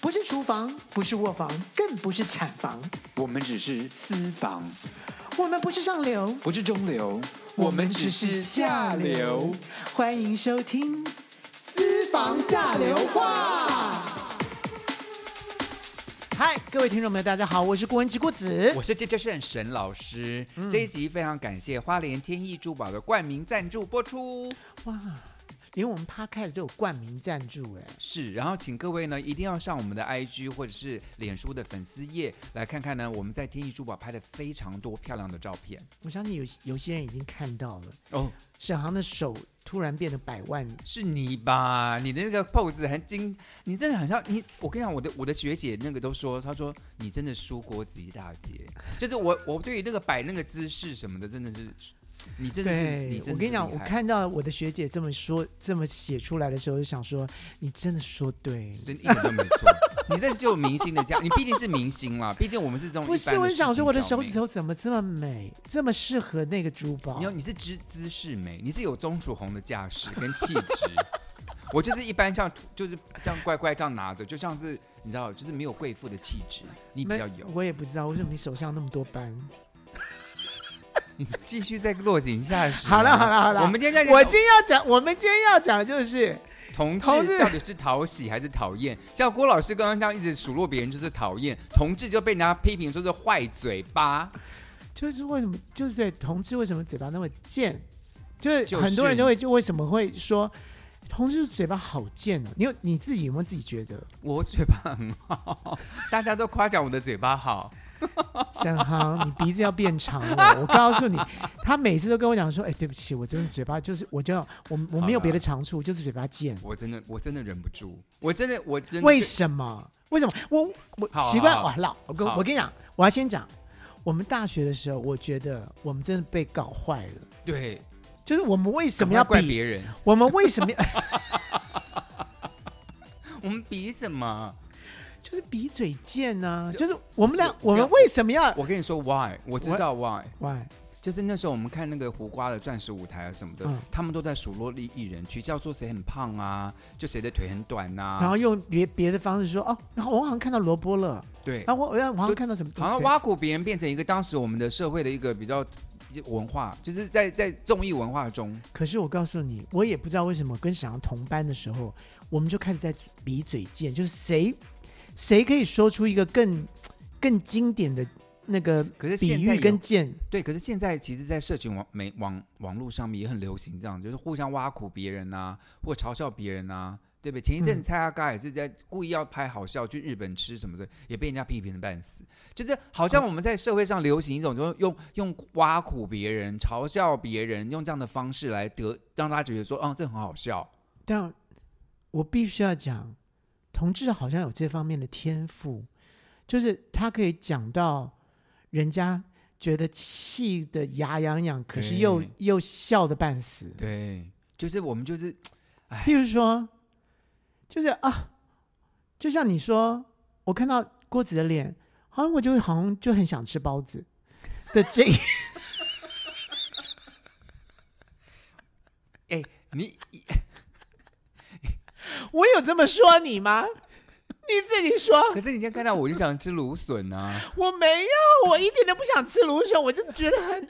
不是厨房，不是卧房，更不是产房，我们只是私房，我们不是上流，不是中流，我们只是下流。。欢迎收听《私房下流话》。嗨，各位听众朋友，大家好，我是顾文琪顾子我。是这就是很沈老师。这一集非常感谢花莲天意珠宝的冠名赞助播出。哇，连我们 Podcast 都有冠名赞助哎。是，然后请各位呢一定要上我们的 IG 或者是脸书的粉丝页来看看呢，我们在天意珠宝拍的非常多漂亮的照片我相信有有些人已经看到了，哦。沈航的手突然变得百万，是你吧？你的那个 pose 很精，你真的很像你。我跟你讲，我的我的学姐那个都说，她说你真的输郭子仪大姐。就是我我对于那个摆那个姿势什么的，真的是 你真的是你对真的是我跟你讲，厉我害看到我的学姐这么说、这么写出来的时候，就想说你真的说对，真的一点都没错。你这是就有明星的家，你毕竟是明星啦，毕竟我们是这种不一般是，的我是想市井说我的小手民指。头怎么这么美，这么适合那个珠宝你？有你是姿姿势美，你是有钟楚红的架势跟气质。我就是一般这样，就是这样乖乖这样拿着，就像是你知道，就是没有贵妇的气质，你比没较有。我也不知道为什么你手上那么多斑。 继续再落井下石。好了好了好了我们今天在我今天要讲，我们今天要讲的就是同同志志到底是讨喜还是讨厌？像郭老师刚刚这样一直数落别人，就是讨厌同志就被人家批评说是坏嘴巴，就是为什么就是对同志为什么嘴巴那么贱，就就是是很多人就会就为什么会说同志嘴巴好贱呢、你有你自己有没有自己觉得？我嘴巴很好， 大家都夸奖我的嘴巴好。沈航，你鼻子要变长了。我告诉你，他每次都跟我讲说：“哎，对不起，我真的嘴巴就是，我就我我没有别的长处，就是嘴巴贱。我真的，我真的忍不住，我真的，我真的为什么？为什么？我我好奇怪，好我老我跟好我跟你讲，我要先讲，我们大学的时候，我觉得我们真的被搞坏了。对就是我们为什么要赶快怪比？别人？我们为什么要？ 我们比什么？就是比嘴贱呢、就就是我们俩是，我们为什么要？我跟你说 why，我知道 why。喂，就是那时候我们看那个胡瓜的钻石舞台啊什么的，嗯他们都在数落艺艺人，取笑说谁很胖啊，就谁的腿很短啊呐、然后用别别的方式说哦，然后我好像看到萝卜了，对，然后我我好像看到什么，好像对挖苦别人变成一个当时我们的社会的一个比较文化，就是在在综艺文化中，可是我告诉你，我也不知道为什么跟沈阳同班的时候，我们就开始在比嘴贱，就是谁谁可以说出一个更更经典的那个可是比现在喻有跟贱，对，可是现在其实，在社群网媒网网络上面也很流行这样，就是互相挖苦别人呐、或嘲笑别人呐、对不对？前一阵嗯蔡阿嘎也是在故意要拍好笑，去日本吃什么的，也被人家批评的半死。就是好像我们在社会上流行一种，就是用用挖苦别人、嘲笑别人，用这样的方式来得让大家觉得说，嗯，这很好笑。但我必须要讲，同志好像有这方面的天赋，就是他可以讲到人家觉得气得牙痒痒，可是又对又笑得半死。对，就是我们就是譬如说，就是啊，就像你说，我看到郭子的脸，好像我就好像就很想吃包子的这一 你我有这么说你吗？你自己说，可是你今天看到我就想吃芦笋啊，我没有，我一点都不想吃芦笋，我就觉得很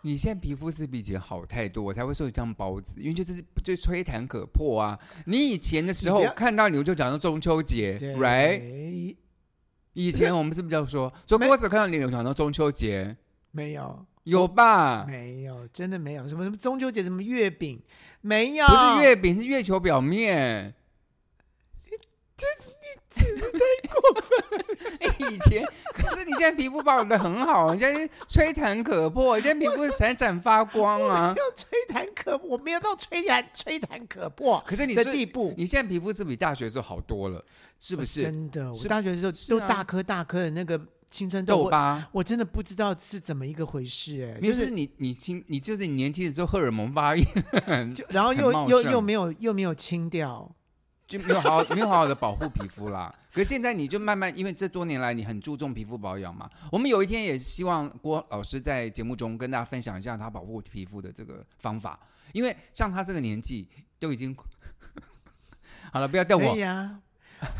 你现在皮肤是比以前好太多，我才会说你像包子，因为就是就吹弹可破啊。你以前的时候你不要看到你我就讲到中秋节，right？以前我们是不是这样说？说没郭子看到你我讲到中秋节，没有，有吧？没有，真的没有什么什么中秋节什么月饼，没有，不是月饼，是月球表面。这你真的太过分 了！以前可是你现在皮肤保养的很好，你现在吹弹可破，你现在皮肤闪闪发光 啊！要吹弹可，我没有到吹弹吹弹可破可是你的是地步，你现在皮肤是比大学的时候好多了，是不是？哦真的，我是大学的时候是都啊大颗大颗的那个青春痘，痘我疤，我真的不知道是怎么一个回事，哎，就就是是你你轻，你就是你年轻的时候荷尔蒙发育就然后很又茂又盛又没有又没有清掉，就没有好好没有好好的保护皮肤啦。可是现在你就慢慢，因为这多年来你很注重皮肤保养嘛。我们有一天也希望郭老师在节目中跟大家分享一下他保护皮肤的这个方法，因为像他这个年纪都已经 好了，不要瞪可哎我，以啊，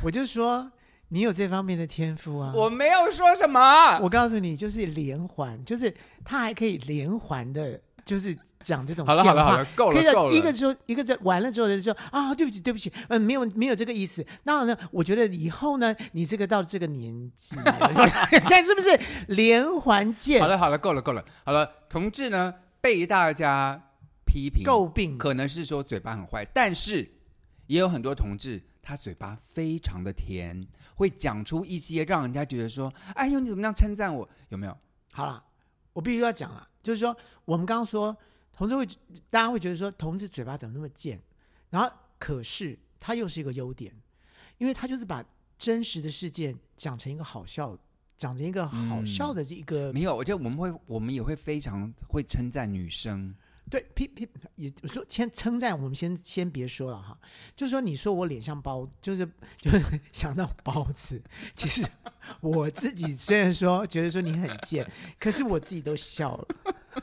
我就说你有这方面的天赋啊。我没有说什么。我告诉你，就是连环，就是他还可以连环的，就是讲这种好了贱好了好话了，够可以了够的，了。一个说一个在完了之后就说啊，对不起对不起，嗯，没有没有这个意思。那呢，我觉得以后呢，你这个到这个年纪了，你看是不是连环好剑了好了，够了够了。好了，同志呢被大家批评，诟病？可能是说嘴巴很坏，但是也有很多同志他嘴巴非常的甜，会讲出一些让人家觉得说，哎呦你怎么那样称赞我？有没有？好了，我必须要讲了，就是说我们刚刚说同志会，大家会觉得说同志嘴巴怎么那么贱，然后可是他又是一个优点，因为他就是把真实的事件讲成一个好笑，讲成一个嗯好笑的一个、没有，我觉得我们会，我们也会非常会称赞女生。对批批也我说先称赞我们先先别说了哈，就说你说我脸像包，就是就是 想到包子，其实我自己虽然说觉得说你很贱，可是我自己都笑了，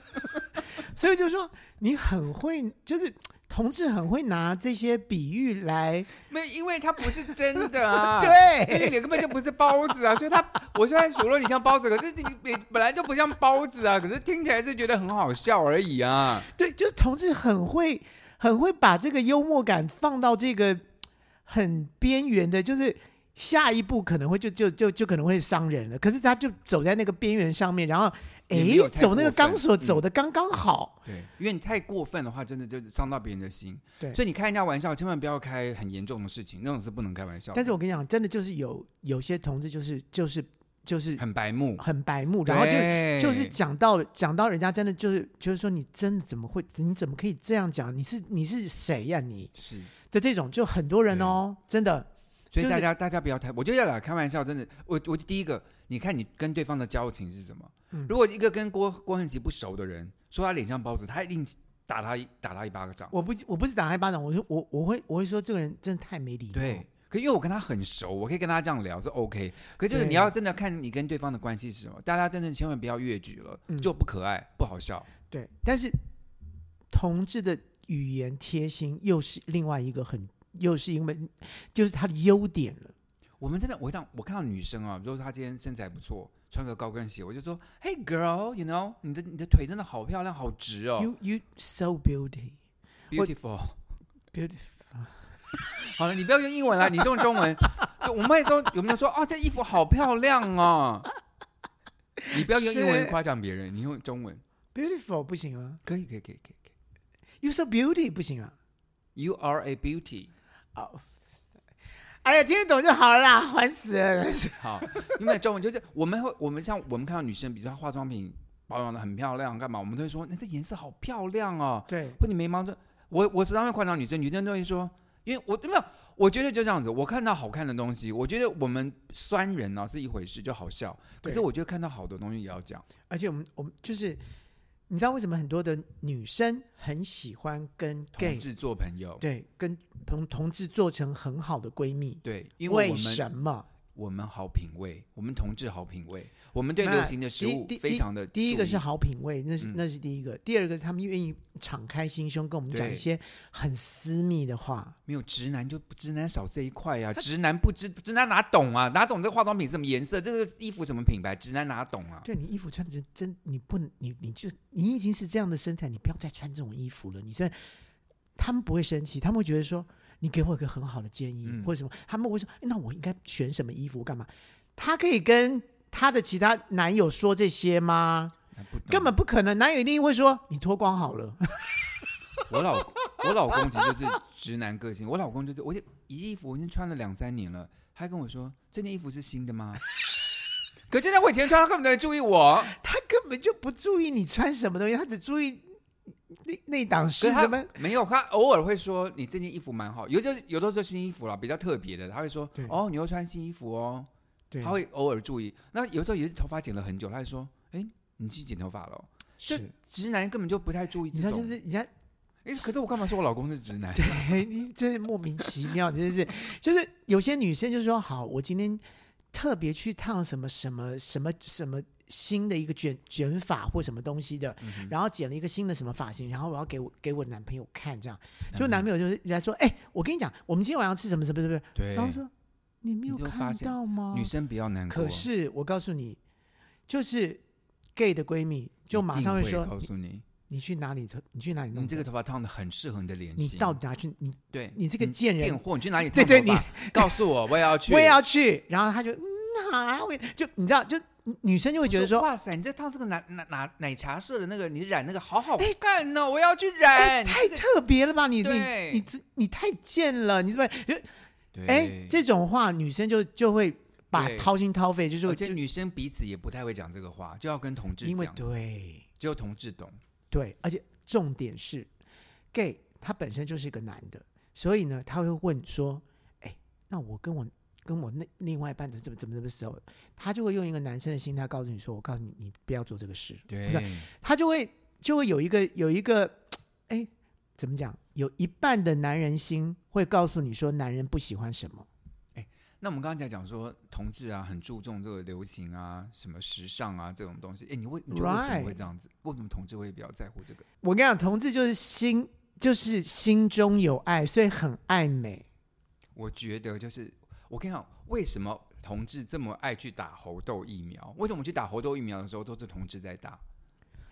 所以就说你很会，就是同志很会拿这些比喻来、没有，因为它不是真的 啊。。因为对你根本就不是包子啊，所以他，我虽然数落你像包子，可是你你本来就不像包子啊，可是听起来是觉得很好笑而已啊。对，就是同志很会很会把这个幽默感放到这个很边缘的，就是下一步可能会就就就就可能会伤人了。可是他就走在那个边缘上面，然后也哎没有太走那过个分钢索嗯走的刚刚好。对，因为你太过分的话，真的就伤到别人的心。对所以你开人家玩笑，千万不要开很严重的事情，那种是不能开玩笑的。但是我跟你讲，真的就是有有些同志就是就是就是很白目，很白目， 然后就对就是讲到讲到人家真的就是就是说你真的怎么会你怎么可以这样讲？你是你是谁呀、你是，的这种就很多人对哦，真的所就以是大家、大家不要太，我觉得啦，开玩笑真的，我我第一个，你看你跟对方的交情是什么？嗯如果一个跟郭郭恒奇不熟的人说他脸像包子，他一定打他一打他一巴掌。我不我不是打他一巴掌，我说我我会我会说这个人真的太没礼貌。对，，可因为我跟他很熟，我可以跟他这样聊是 OK。可就是对你要真的看你跟对方的关系是什么，大家真的千万不要越矩了，嗯就不可爱、不好笑。对，但是同志的语言贴心又是另外一个很又是因为就是他的优点了。我们真的，我让我看到女生啊，如果她今天身材不错，穿个高跟鞋，我就说，Hey girl，you know，你的你的腿真的好漂亮，好直哦 You you so beauty ，beautiful。 beautiful，好了，你不要用英文了，你用中文。对我们那时候有没有说， 哦，这衣服好漂亮哦？你不要用英文是夸奖别人，你用中文 beautiful 不行啊可以，可以，可以，可以。可以，You so beauty 不行啊。 You are a beauty。哦，哎呀，听得懂就好了啦， 烦死了。好，因为中文就是我们会，我们像我们看到女生，比如说她化妆品保养的很漂亮，干嘛，我们都会说，那这颜色好漂亮哦，对，或你眉毛的，我我时常会夸奖女生，女生都会说，因为我没有，我觉得就这样子，我看到好看的东西，我觉得我们酸人呢、是一回事，就好笑，可是对我觉得看到好的东西也要讲，而且我们我们就是你知道为什么很多的女生很喜欢跟同 gay 志做朋友，对跟同同志做成很好的闺蜜？对，因为为我们什么？我们好品味，我们同志好品味，我们对那流行的食第物第非常的第一个注意是好品味，那是嗯那是第一个。第二个，他们愿意敞开心胸跟我们讲对一些很私密的话。没有直男就不直男少这一块呀、直男不知直男哪懂啊？哪懂这化妆品什么颜色，这个衣服什么品牌？直男哪懂啊？对你衣服穿的真真，你不能，你你就你已经是这样的身材，你不要再穿这种衣服了。你这他们不会生气，他们会觉得说你给我一个很好的建议、嗯或者什么，他们会说诶那我应该选什么衣服干嘛？他可以跟他的其他男友说这些吗？不懂根本不可能，男友一定会说你脱光好了。我老我老公其实就是直男个性，我老公就是我就一衣服我已经穿了两三年了，他还跟我说这件衣服是新的吗？ 可真的我以前穿，他根本没注意我。他根本就不注意你穿什么东西，他只注意那那档可是是什他么。没有，他偶尔会说你这件衣服蛮好，有就是有的时候新衣服啦，比较特别的，他会说对哦，你又穿新衣服哦，对，他会偶尔注意。那有时候也是头发剪了很久，他会说哎，你去剪头发了哦。就是直男根本就不太注意你这知道种就。是人家哎、可是我干嘛说我老公是直男？对你真是莫名其妙，真的是 就是有些女生就说好，我今天特别去烫什么什么什么什么新的一个卷卷发或什么东西的，嗯哼然后剪了一个新的什么发型，然后我要给我给我男朋友看，这样，嗯就男朋友就是人家说，哎、我跟你讲，我们今天晚上吃什么什么什么，对然，后说你没有你就看发现到吗？女生比较难过，哦可是我告诉你，就是 gay 的闺蜜就马上一会定说，告你诉你，你去哪里头，你去哪里弄你这个的？头发烫的很适合你的嗯脸你型，到底哪去？你对你这个贱人贱货，你去哪里烫对对头发告诉我，我也要 去，我也要去。然后他就嗯啊，我也就你知道，就女生就会我觉得说，哇塞，你这烫这个奶奶奶奶茶色的那个，你染那个好好看呢、我要去染。哎太特别了吧，你你对你这你太贱了，你怎么就对，哎这种话，女生就就会把对哦掏心掏肺，就是而我且女生彼此也不太会讲这个话，就要跟同志因为讲，对只有同志懂。对，而且重点是 gay 他本身就是个男的，所以呢他会问说，哎，那我跟我。跟我那另外一半的怎么怎么怎么时候，他就会用一个男生的心态告诉你说：“我告诉你，你不要做这个事。”对不是，他就会就会有一个有一个，哎，怎么讲？有一半的男人心会告诉你说，男人不喜欢什么。那我们刚才讲说，同志啊，很注重这个流行啊、什么时尚啊这种东西。哎，你为你觉得为什么 Right 会这样子？为什么同志会比较在乎这个？我跟你讲，同志就是心就是心中有爱，所以很爱美。我觉得就是，我跟你讲，为什么同志这么爱去打猴痘疫苗？为什么去打猴痘疫苗的时候都是同志在打？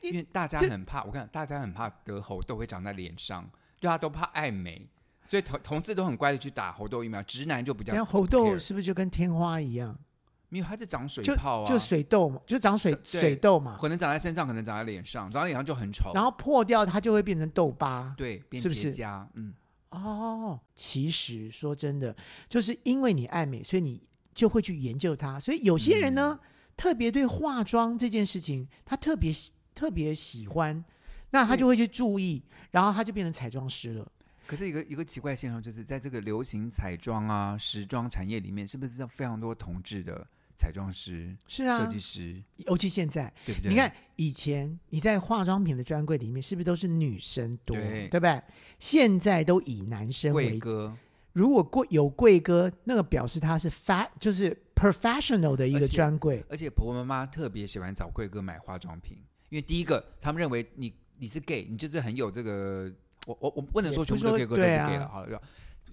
因为大家这很怕，我看大家很怕得猴痘会长在脸上，大家都怕爱美，所以同同志都很乖的去打猴痘疫苗，直男就比较然后不猴痘 care 是不是就跟天花一样，没有，它是长水泡啊，就水痘嘛，就长水对水痘嘛，可能长在身上，可能长在脸上，长在脸上就很丑，然后破掉它就会变成痘疤。对，变是不结是痂，嗯，哦，其实说真的，就是因为你爱美，所以你就会去研究它。所以有些人呢，嗯特别对化妆这件事情，他特别喜特别喜欢，那他对就会去注意，然后他就变成彩妆师了。可是一个一个奇怪现象，就是在这个流行彩妆啊、时装产业里面，是不是这样非常多同志的彩妆师、是设啊计，师，尤其现在，对不对？你看以前你在化妆品的专柜里面，是不是都是女生多，对对不对？现在都以男生贵为，哥如果贵有贵哥，那个表示他是 fat，就是 professional 的一而个且专柜。而且婆婆妈妈特别喜欢找贵哥买化妆品，因为第一个，他们认为你你是 gay，你就是很有这个，我我我不能也说不全部都说 gay 哥都是对 gay 啊了，好了，就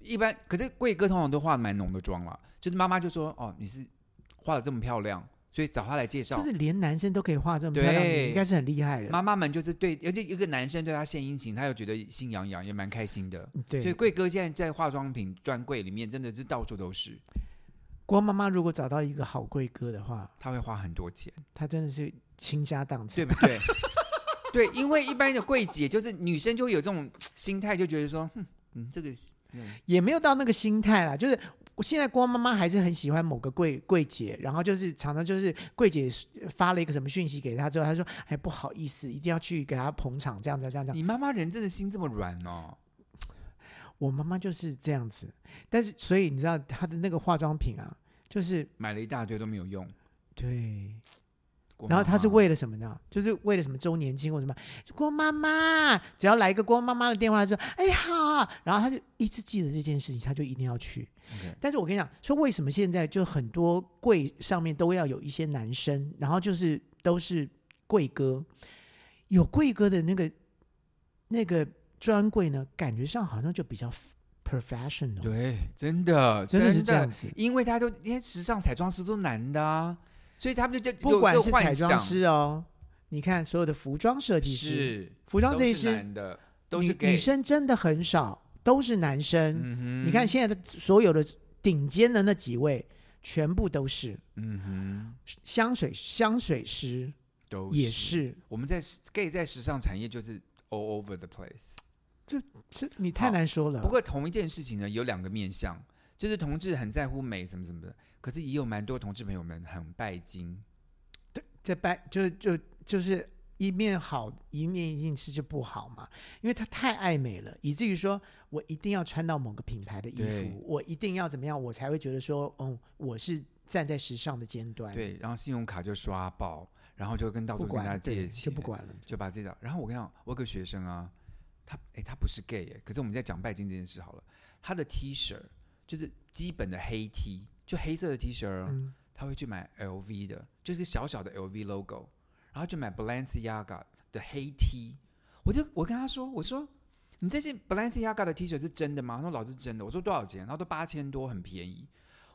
一般。可是贵哥通常都化得蛮浓的妆了，就是妈妈就说哦，你是化的这么漂亮，所以找他来介绍就。是连男生都可以画这么漂亮，对你应该是很厉害的。妈妈们就是对，而且一个男生对他献殷勤，他又觉得心痒痒，也蛮开心的。所以对，贵哥现在在化妆品专柜里面真的是到处都是，郭妈妈如果找到一个好贵哥的话，他会花很多钱。她真的是倾家荡对产。不对？ 对，因为一般的柜姐就是女生就会有这种心态，就觉得说，哼，嗯，这个嗯也没有到那个心态啦，就是。我现在郭妈妈还是很喜欢某个柜柜姐，然后就是常常就是柜姐发了一个什么讯息给她之后，她说：“哎，不好意思，一定要去给她捧场，这样子这样这样。你妈妈人真的心这么软哦，”我妈妈就是这样子，但是所以你知道她的那个化妆品啊，就是买了一大堆都没有用。对，郭然后妈他是妈为了什么呢？就是为了什么周年庆或什么？郭妈妈只要来一个郭妈妈的电话，他说：“哎好。”然后他就一直记得这件事情，他就一定要去。 OK 但是我跟你讲，说为什么现在就很多柜上面都要有一些男生，然后就是都是柜哥，有柜哥的那个那个专柜呢，感觉上好像就比较 professional，对，真的真的是这样，子。因为他都因为时尚彩妆师都男的啊，所以他们就就不有管这是幻彩妆想师哦，你看所有的服装设计师、是服装都设计是师。男的，都是女 gay 女。生真的很少，都是男生。嗯哼你看，现在的所有的顶尖的那几位，全部都是嗯哼，香水香水师都也是。我们在 gay 在时尚产业就是 all over the place。这你太难说了。不过同一件事情呢，有两个面向，就是同志很在乎美什么什么的，可是也有蛮多同志朋友们很拜金。这拜就就就是一面好，一面一定是就不好嘛，因为他太爱美了，以至于说我一定要穿到某个品牌的衣对服，我一定要怎么样，我才会觉得说，嗯，我是站在时尚的尖端。，对，然后信用卡就刷爆，然后就跟到不处跟管他了借对钱，就不管了。就把自己的。然后我跟你讲，我有个学生啊，他哎他不是 gay 哎，可是我们在讲拜金这件事好了，他的 T 恤就是基本的黑 T，就黑色的 T 恤哦、嗯，他会去买 LV 的，就是小小的 LV logo，然后就买 Balenciaga 的黑 T。我就我跟他说，我说你这件 Balenciaga 的 T 恤是真的吗？他说老是真的。我说多少钱？他说八千多，很便宜。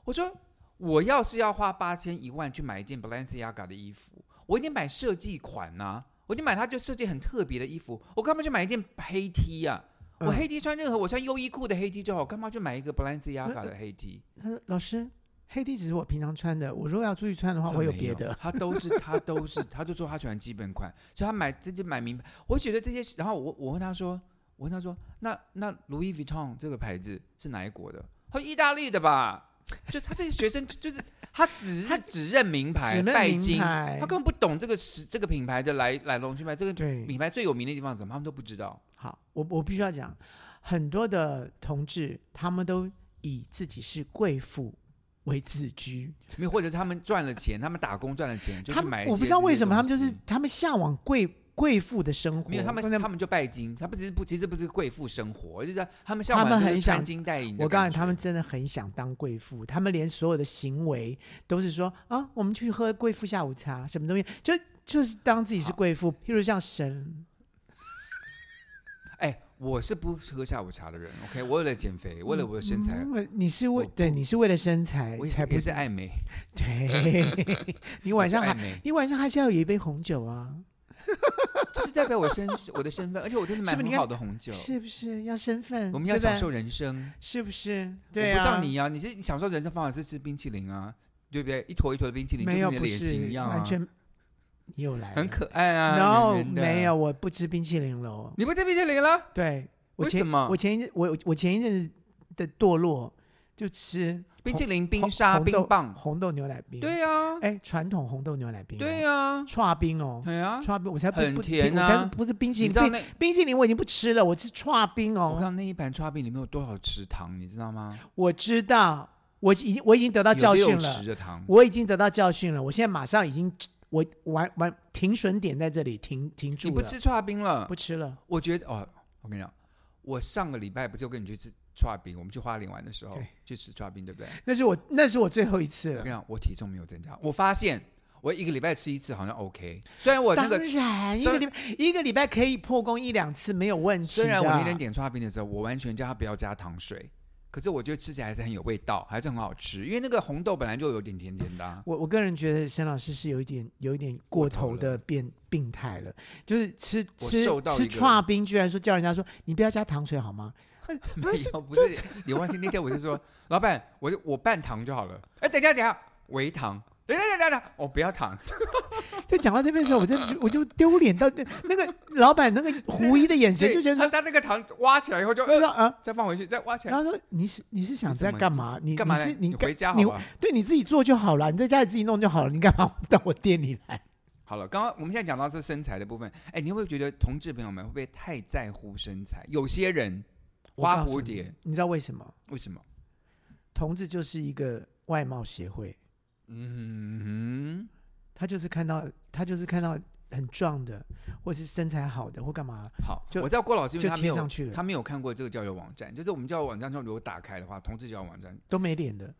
我说我要是要花八千一万去买一件 Balenciaga 的衣服，我一定买设计款啊呐、我就买它就设计很特别的衣服，我干嘛去买一件黑 T 呀、嗯我黑 T 穿任何，我穿优衣库的黑 T 就好，干嘛去买一个 Balenciaga 的黑 T？他说：“老师，黑 T 只是我平常穿的，我如果要出去穿的话，他我有没别的。他都是 他都是，他就说他喜欢基本款，所以他买这就买名牌。我觉得这些，然后我我问他说，我问他说，那那 Louis Vuitton 这个牌子是哪一国的？他说意大利的吧。 就他这些学生就，就是他只是只认名牌只认拜名金，牌他根本不懂这个是这个品牌的来来龙去脉，这个对品牌最有名的地方是什么，他们都不知道。好，我我必须要讲，很多的同志他们都以自己是贵妇为自居，没有，或者是他们赚了钱，他们打工赚了钱，就他去买们一些我不知道这些为什么他们就东是西他们向往贵贵妇的生活，没有，他们不能他们就拜金，他不只是不，其实不是贵妇生活，就是他们向他往们就是很穿想金戴银的我告诉感你，觉。他们真的很想当贵妇，他们连所有的行为都是说啊，我们去喝贵妇下午茶，什么东西，就就是当自己是好贵妇。譬如像神，哎，我是不喝下午茶的人，OK，我为了减肥，为了我的身材，嗯你是为我不对，你是为了身材我也才是不也是爱美， 对， 你晚上我是爱还美，你晚上还是要有一杯红酒啊，这是代表我身我的身份，而且我真的买是不是很你看好的红酒。是不是要身份？我们要对吧享受人生，是不是？对啊，我不像你啊，你是你享受人生方法是吃冰淇淋啊，对不对？一坨一坨的冰淇淋，就没跟有你的不脸是型一样啊完，全你又来很了可爱啊。 ，no 圆圆的没有，，我不吃冰淇淋了哦。你不吃冰淇淋了？对，我为前什么我前一阵我我前一阵子的堕落就吃冰淇淋、冰红沙、红豆冰棒，红豆牛奶冰。，对啊，哎，传统红豆牛奶冰、对呀、啊，串冰哦，对啊。串冰我才不很不甜我啊才不是冰淇你淋，知道冰那冰淇淋我已经不吃了，我吃串冰我哦。看那一盘叉冰里面有多少池糖，你知道吗？我知道，我已经我已经得到有教训六了池，的糖，我已经得到教训了，我现在马上已经我完完停损点在这里停停住你了，不吃叉冰了不？吃了，我觉得哦，我跟你讲，我上个礼拜不是有跟你去吃叉冰，我们去花莲玩的时候对去吃叉冰，对不对？那是我那是我最后一次我跟了你。讲，我体重没有增加，我发现我一个礼拜吃一次好像 OK，虽然我那个当然，一虽个礼拜一个礼拜可以破功一两次没有问题的。虽然我那天点叉冰的时候，我完全叫他不要加糖水。可是我觉得吃起来还是很有味道，还是很好吃，因为那个红豆本来就有点甜甜的、 啊。我我个人觉得沈老师是有一点有一点过头过头的变病态了，就是吃我吃受到一吃个串冰，居然说叫人家说你不要加糖水好吗？没有，不是你忘记那天我是说，老板，我就我半糖就好了。哎，等一下，等一下，微糖。等一下，等一下，等一下，我不要糖。就讲到这边的时候，我真的是我就丢脸到那那个老板那个狐疑的眼神，就觉他得他那个糖挖起来以后就说呃，啊，再放回去，再挖起然来，后说你是你是想你怎在么干嘛？你干嘛你呢是？你你回干家好你吧？对你自己做就好了，你在家里自己弄就好了，你干嘛到我店里来？好了，刚刚我们现在讲到这身材的部分，哎，你会不会觉得同志朋友们会不会太在乎身材？有些人我 花告诉蝴你蝶，你知道为什么？为什么？同志就是一个外貌协会，嗯他就是看到他就是看到很壮的，或是身材好的，或干嘛哼，好，就我知道郭老师因为就他没贴上有去了，他没有看过这个交友网站，就是我们交友网站上如果打开的话，同志交友网站都没脸的，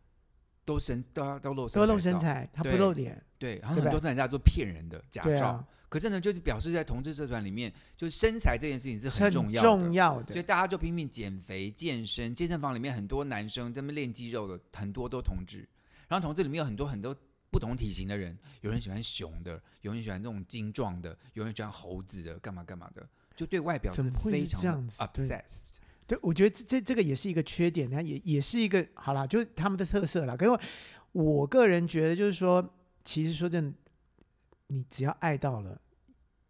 都身都要都露身都露身照材，他不对露脸，对，然后对很吧多真人家做骗人的假对照，啊，可是呢，就是表示在同志社团里面，就是身材这件事情是很很重要的，重要所以的，大家就拼命减肥、健身。健身房里面很多男生在那边练肌肉的，很多都同志。然后同志里面有很多很多不同体型的人，有人喜欢熊的，有人喜欢这种精壮的，有人喜欢猴子的，干嘛干嘛的，就对外表怎是么会非是这常样的子对 obsessed。对，我觉得这这这个也是一个缺点，它也也是一个好啦，就是他们的特色啦。可是我我个人觉得，就是说，其实说真的，你只要爱到了，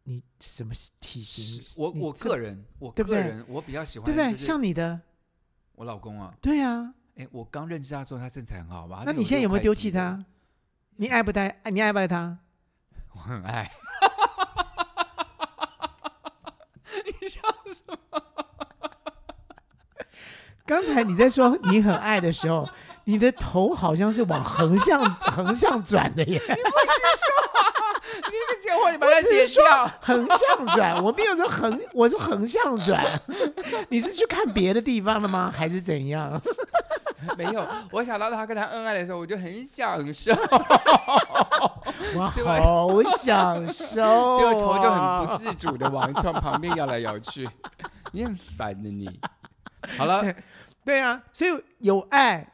你什么体型，我你我这个人，我对个不对人，我比较喜欢对不对？就是像你的，我老公啊，对啊，哎，我刚认识他的时候，他身材很好吧？他那就你现在有没有六块丢肌弃的？他？你爱不爱？爱你爱不爱他？我很爱。刚才你在说你很爱的时候，你的头好像是往横向横向转的耶，你这个结 婚，你把它只是剪掉。横向转， 我没有说横，我 说横向转。你是去看别的地方了吗？还是怎样？没有，我想到他跟他恩爱的时候，我就很享受，我结果好享受、啊结果头就很不 自主的往床旁边摇来摇去， 你很烦的你。好了，对啊，所以有爱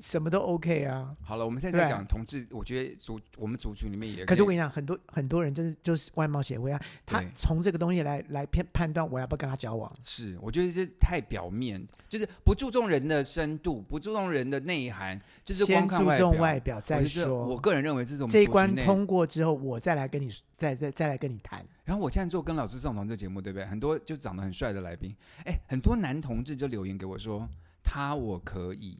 什么都 OK 啊。好了，我们现在在对讲同志，我觉得族我们族群里面也可是我跟以你讲，很多很多人就是就是外貌协会啊，他对从这个东西来来判判断我要不要跟他交往。是，我觉得这太表面，就是不注重人的深度，不注重人的内涵，就是光先看注重表。外表再我觉得我说，个人认为这种这一关通过之后，我再来跟你再再再来跟你谈。然后我现在做跟老师上同志节目，对不对？很多就长得很帅的来宾，哎，很多男同志就留言给我说他我可以。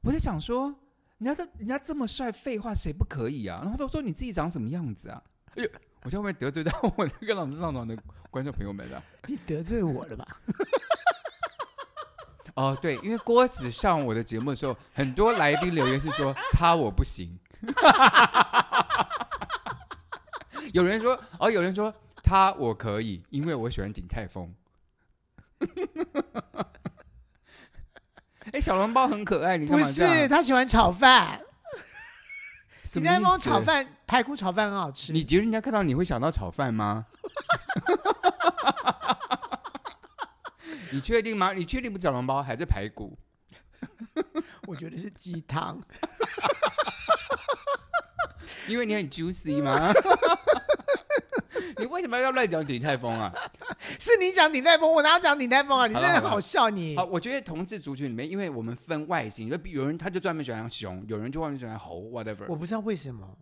我在想说，人家这人家这么帅，废话谁不可以啊？然后都说你自己长什么样子啊？哎呦，我这样会不会得罪到 我的跟老师上床的观众朋友们啊？你得罪我了吧？哦，对，因为郭子上我的节目的时候，很多来宾留言是说他我不行， 有人说哦，有人说他我可以，因为我喜欢鼎泰丰。 哎，小笼包很可爱， 你干不嘛是，这样？啊他喜欢炒饭，什李么意代峰思炒，饭、排骨炒饭很好吃。你觉得人家看到你会想到炒饭吗？ 你确定吗？你确定不是小笼包还是排骨？我觉得是鸡汤。 因为你很 juicy 吗？你为什么要乱讲鼎泰丰啊？是你讲鼎泰丰，我哪有讲鼎泰丰啊？你好真了的好了好笑你好，。我觉得同志族群里面，因为我们分外形，就比有人他就专门喜欢熊，有人就专门喜欢猴我，whatever。不知道为什么，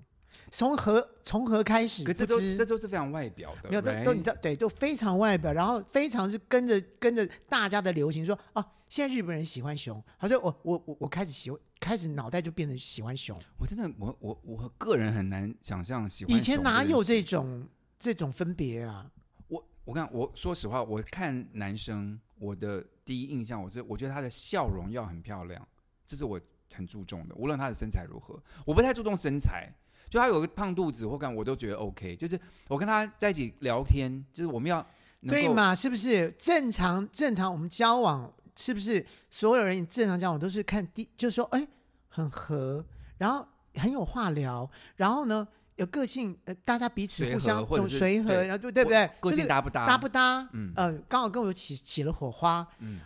从何从何开始？可不这都知这都是非常外表的，没有，都 right？都你知道，对，都非常外表，然后非常是跟着跟着大家的流行说，哦、现在日本人喜欢熊，好像我我我我开始喜欢，开始脑袋就变得喜欢熊，我真的我我我个人很难想象喜欢。以前哪有？这种这种分别啊？我我看我说实话，我看男生，我的第一印象，我是我觉得他的笑容要很漂亮，这是我很注重的，无论他的身材如何，我不太注重身材。就他有个胖肚子或干，我都觉得 OK。就是我跟他在一起聊天，就是我们要能对够？嘛？是不是正常正常我们交往是不是所有人正常交往都是看第就说哎很合，然后很有话聊，然后呢有个性，呃大家彼此随互相和或者都是随和，对然后对对不对？个就是性搭不搭？搭不搭？嗯呃，刚好跟我起起了火花。嗯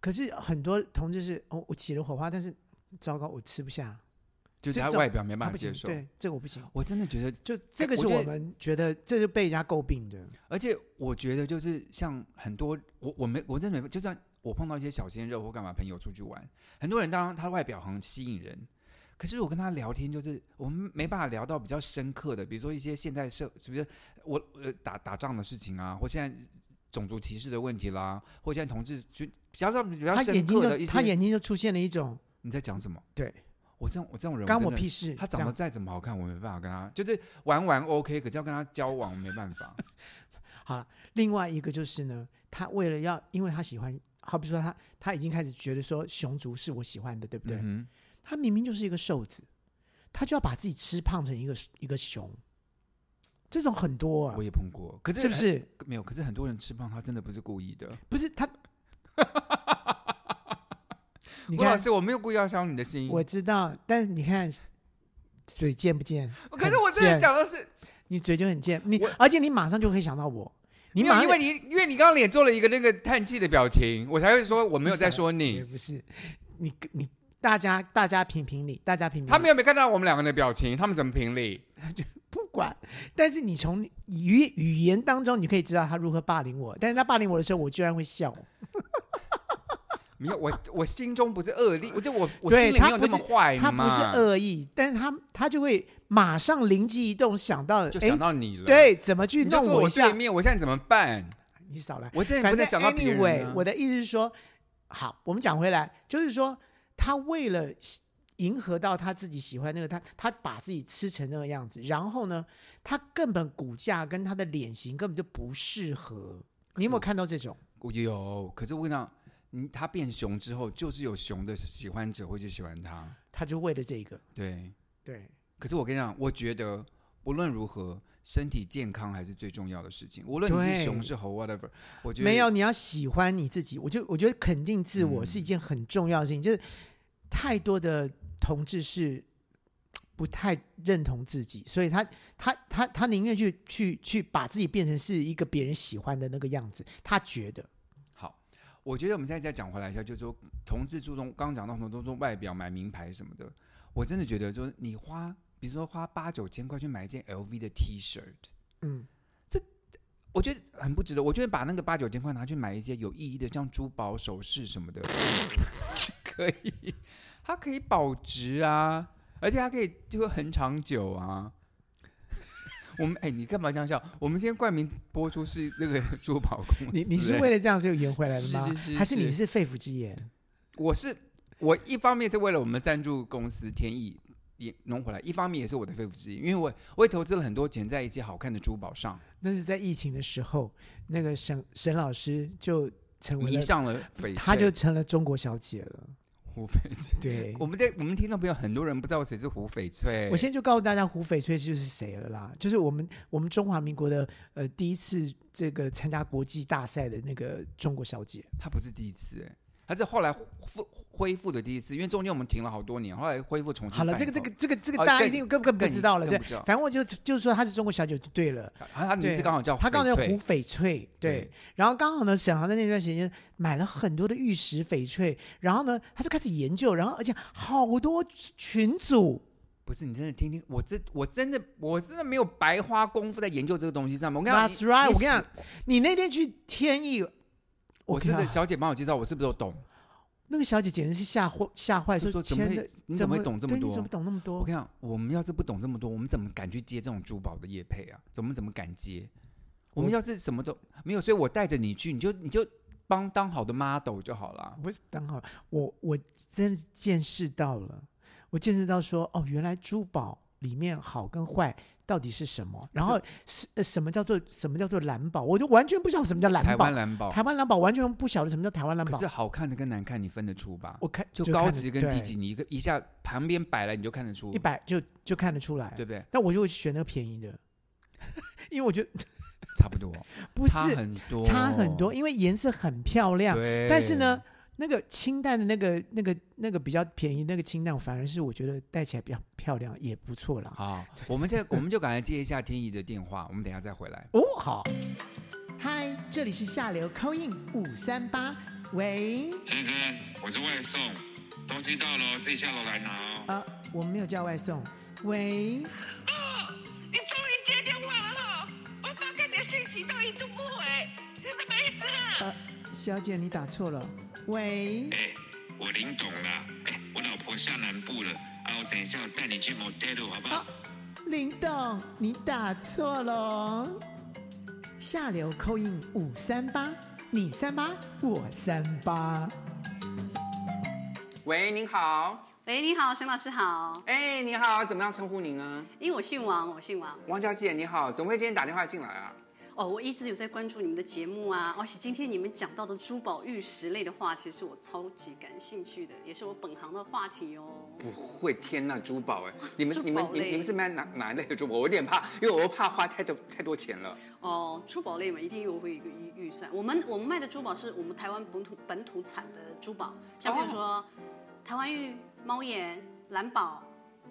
可是很多同志是，哦，我起了火花，但是糟糕，我吃不下，就是他这种外表没他办法不行接，受。对，这个我不行。我真的觉得，就这个是我觉我得们觉得这是被人家诟病的，而且我觉得就是像很多我我没我真的没，就算我碰到一些小鲜肉或干嘛朋友出去玩，很多人当然他的外表很吸引人，可是我跟他聊天就是我们没办法聊到比较深刻的，比如说一些现代社，比如说我呃打打仗的事情啊，或现在种族歧视的问题啦，或现在同志就比较让比较他深眼睛刻的一就些。他眼睛就出现了一种你在讲什么？对我这种我这种人，干我我真的屁事，他这长得样再怎么好看，我没办法跟他，就是玩玩 OK，可是要跟他交往，我没办法。好了。另外一个就是呢，他为了要，因为他喜欢，好比说他他已经开始觉得说熊族是我喜欢的，对 不对？嗯他明明就是一个瘦子，他就要把自己吃胖成一个一个熊，这种很多啊哼，我，也碰过，可是哎是不是？没有？可是很多人吃胖，他真的不是故意的。不是 他，你吴老看，师，我没有故意要伤你的心，我知道，但是你看嘴贱不贱？可是我真的很贱，讲的是，你嘴就很贱，你我而且你马上就会想到我，你没有马上因为你因为你刚刚脸做了一个那个叹气的表情，我才会说我没有在说也你。不是你你大家大家评评理，大家评评理，他们有没有看到我们两个人的表情？他们怎么评理？不管，但是你从语语言当中你可以知道他如何霸凌我，但是他霸凌我的时候，我居然会笑。没有，我我心中不是恶意，我就我我对心里他没有这不么是坏他嘛，不是恶意，但是他他就会马上灵机一动想到，就哎想，到你了。，对，怎么去你就弄坐我一下对？面，我现在怎么办？你少来，我真的反不能正讲到别人啊。 anyway，我的意思是说，好，我们讲回来，就是说他为了喜迎合到他自己喜欢那个他，他把自己吃成那个样子，然后呢，他根本骨架跟他的脸型根本就不适合。你有没有看到这种？我有，可是我跟你讲，你他变熊之后，就是有熊的喜欢者会去喜欢他。他就为了这个，对，对，可是我跟你讲，我觉得无论如何，身体健康还是最重要的事情。无论你是对熊是猴，whatever，我觉得嗯没有，你要喜欢你自己。我就我觉得肯定自我是一件很重要的事情，就是太多的同志是不太认同自己，所以他他他他宁愿去去去把自己变成是一个别人喜欢的那个样子，他觉得好，我觉得我们现在再讲回来一下，就是说同志注重，刚刚讲到很多注重外表、买名牌什么的，我真的觉得就是你花，比如说花八九千块去买一件 LV 的 T 恤，嗯，我觉得很不值得。我觉得把那个八九千块拿去买一些有意义的，像珠宝首饰什么的， 可以，它可以保值啊，而且它可以就会很长久啊。 我们哎、你干嘛这样笑？我们今天冠名播出是那个珠宝公司、你你是哎为了这样就圆回来了吗？是是是还是你是是肺腑之言？我是我一方面是为了我们赞助公司天意也弄回来，一方面也是我的肺腑之言，因为我我也投资了很多钱在一些好看的珠宝上，那是在疫情的时候，那个沈沈老师就成为迷了，上了翡翠。她就成了中国小姐了。胡翡翠，对，我们在我们听众朋友很多人不知道谁是胡翡翠，我现在就告诉大家，胡翡翠就是谁了啦，就是我们我们中华民国的呃第一次这个参加国际大赛的那个中国小姐。她不是第一次哎。她是后来复恢复的第一次，因为中间我们停了好多年，后来恢复重新好了，办这个这个以后这个这个哦大家更一定根本不更知道了，更对不。知道。反正我就就说她是中国小姐就对了，她她名字对刚好叫她刚才翡翠胡翡翠，对。然后刚好呢，沈航在那段时间买了很多的玉石翡翠，然后呢，他就开始研究，然后而且好多群组，不是你真的听听，我真我真的我真的没有白花功夫在研究这个东西上面。我跟你讲 That's 你 right，你我跟你喜讲你那天去天意，我跟是她的小姐帮我介绍，我是不是都懂？那个小姐简直是吓坏吓坏，就说怎么天会的，你怎么会懂这么对多你怎么懂那么我多？跟你讲，我们要是不懂这么多，我们怎么敢去接这种珠宝的业配啊？我们怎么敢接？我们我要是什么都没有，所以我带着你去，你就你就帮当好的 model 就好了。不是，刚好我我真的见识到了，我见识到说哦，原来珠宝里面好跟坏到底是什么，然后是、呃、什么叫做什么叫做蓝宝，我就完全不晓得什么叫蓝台宝湾，蓝宝，啊台湾蓝宝完全不晓得什么叫台湾蓝可宝是。好看的跟难看你分得出吧？我看就高看得级跟对低级，你一个一下旁边摆来你就看得出一，百就就看得出来。对不对？那我就会选那个便宜的， 因为我觉得差不多，不是差很多，差很多，。因为颜色很漂亮，对，但是呢，，那个清淡的那个、那个、那个比较便宜，那个清淡反而是我觉得戴起来比较漂亮，也不错啦。好，我们这我们就赶快接一下天意的电话，我们等一下再回来。哦，好，嗨，这里是下流 c 印五三八，喂，先生，我是外送，东西到了哦自己下楼来拿哦。啊，我们没有叫外送，喂，哦，你终于接电话了哈、我发给你的讯息都一度不回，你什么意思啊？呃，小姐你打错了，喂哎、，我林董啦，哎、我老婆下南部了，啊，我等一下我带你去 motel 好不好？啊林董你打错了哦，下流 c 印五三八，你三八我三八。喂，您好，喂，你好，沈老师好，哎，你好，怎么样称呼您呢？因为我姓王，我姓王。王小姐你好，怎么会今天打电话进来啊？哦，我一直有在关注你们的节目啊，而且今天你们讲到的珠宝玉石类的话题是我超级感兴趣的，也是我本行的话题哦。不会，天呐，珠宝 哎，你们珠宝你们你类你们是卖哪哪一类的珠宝？我有点怕，因为我怕花太多太多钱了。哦，珠宝类嘛，一定有会有一个预预算。我们我们卖的珠宝是我们台湾本土本土产的珠宝，像比如说、哦台湾玉、猫眼、蓝宝。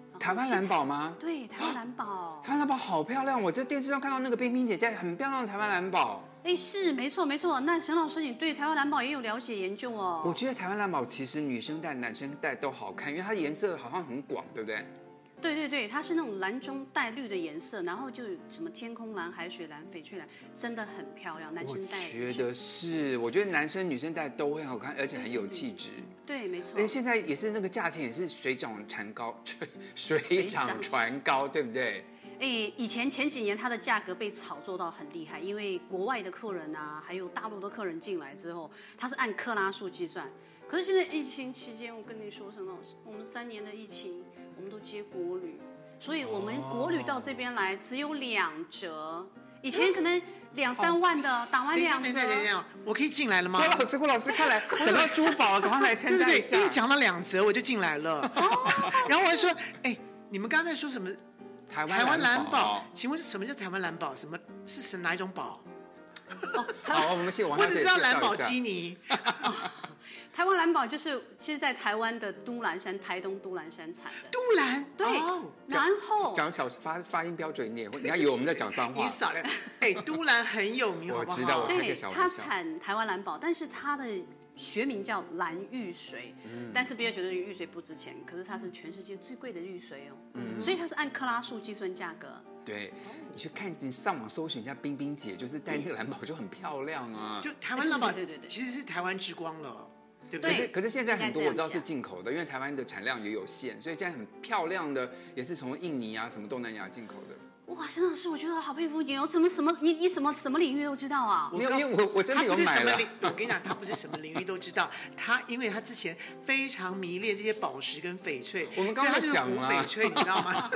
然后台湾西蓝宝吗？对，台湾蓝宝台，湾蓝宝好漂亮，我在电视上看到那个冰冰姐姐很漂亮，的台湾蓝宝。哎，是没错没错。那沈老师，你对台湾蓝宝也有了解研究哦？我觉得台湾蓝宝其实女生戴、男生戴都好看，因为它颜色好像很广，对不对？对对对，它是那种蓝中带绿的颜色，然后就有什么天空蓝、海水蓝、翡翠蓝，真的很漂亮。男我生戴觉得是，我觉得男生女生戴都会好看，而且很有气质。对，没错而且。现在也是那个价钱也是水涨船高，水水水涨涨船高，对不对？诶，哎以前前几年它的价格被炒作到很厉害，因为国外的客人啊，还有大陆的客人进来之后，它是按克拉数计算。可是现在疫情期间，我跟你说，沈老师，我们三年的疫情，我们都接国旅，所以我们国旅到这边来只有两折，以前可能两三万的打哦完等一下，两等折一。下，等一下，我可以进来了吗郭？老师，郭老师，看来讲到珠宝，啊赶快来参对对加一对，下。因为讲到两折我就进来了， 然后我还说，哎，你们刚才说什么台台湾蓝宝宝？。请问什么叫台湾蓝宝？什么是什哪一种宝？ 好，我们谢谢王我小姐只介知绍道一下。兰博基尼，台湾蓝宝就是其实，在台湾的都兰山、台东都兰山产的。杜兰对哦然后讲小发发音标准一点，人家以为我们在讲脏你话。少了，哎，都兰很有 名，我好不好知道我开对个小玩它笑产台湾蓝宝，但是它的学名叫蓝玉髓，嗯但是别人觉得玉髓不值钱，可是它是全世界最贵的玉髓哦，嗯所以它是按克拉数计算价格。对，你去看，你上网搜寻一下冰冰姐，就是戴那个蓝宝就很漂亮啊。就台湾老板对对对对对其实是台湾之光了，对不可对？是对可是现在很多应该我这样知道是讲进口的，因为台湾的产量也有限，所以现在很漂亮的也是从印尼啊什么东南亚进口的。哇，沈老师，我觉得我好佩服你哦，怎么什么你你什么什么领域都知道啊？没有，因为我我真的他有不是什买么了领，我跟你讲，他不是什么领域都知道。他因为他之前非常迷恋这些宝石跟翡翠，我们刚刚所以他就是讲胡了翡翠，你知道吗？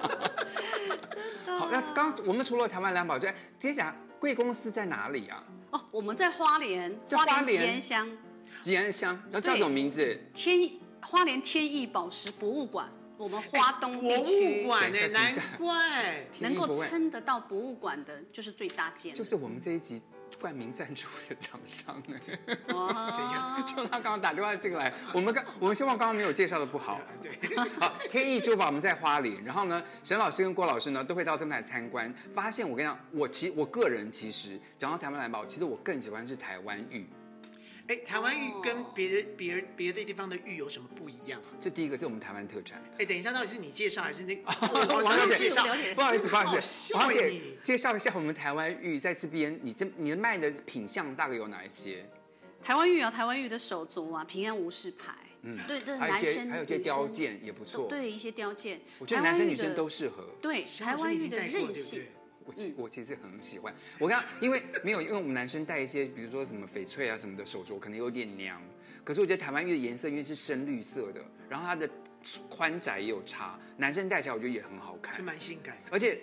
好，那刚我们除了台湾蓝宝之外，哎接下来贵公司在哪里啊？哦，我们在花莲，在花莲莲吉安乡吉安乡，然后叫什么名字？天花莲天意宝石博物馆，我们花东博哎地物区哎馆呢，对难对怪。能够天意博物馆称得到博物馆的，就是最大件的。就是 我们这一集冠名赞助的厂商哎、哇，就他刚刚打电话进来，我们刚我们希望刚刚没有介绍的不好。对， 好，天意珠宝我们在花莲，然后呢，沈老师跟郭老师呢都会到这边来参观，发现我跟你讲，我其我个人其实讲到台湾蓝宝，其实我更喜欢是台湾玉。哎，台湾玉跟别人、别人、别的地方的玉有什么不一样啊？这第一个是我们台湾特产。哎，等一下，到底是你介绍还是那个哦王我小上姐介绍？了解不好意思，不好好意思，笑王哎姐你介绍一下我们台湾玉在这边，你这你卖的品相大概有哪一些？台湾玉啊，台湾玉的手镯啊，平安无事牌，嗯对对，还有男一些生还有一些女雕生件也不错。对一些雕件，我觉得台湾男生玉女生的都适合。对沈台老师湾你已玉经的带过韧对不性对。？我嗯其我其实很喜欢，我刚因为没有，因为我们男生戴一些，比如说什么翡翠啊什么的手镯，可能有点娘。可是我觉得台湾玉的颜色因为是深绿色的，然后它的宽窄也有差，男生戴起来我觉得也很好就看。蛮性感的。而且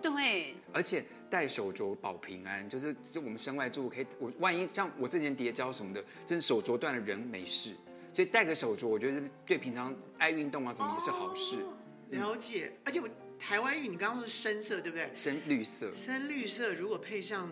对，而且戴手镯保平安，就是就我们身外之物可以，我万一像我之前叠胶什么的，真手镯断了人没事，所以戴个手镯，我觉得对平常爱运动啊什么也是好事。了解，而且我台湾玉，你刚刚说是深色，对不对？深绿色，深绿色如果配上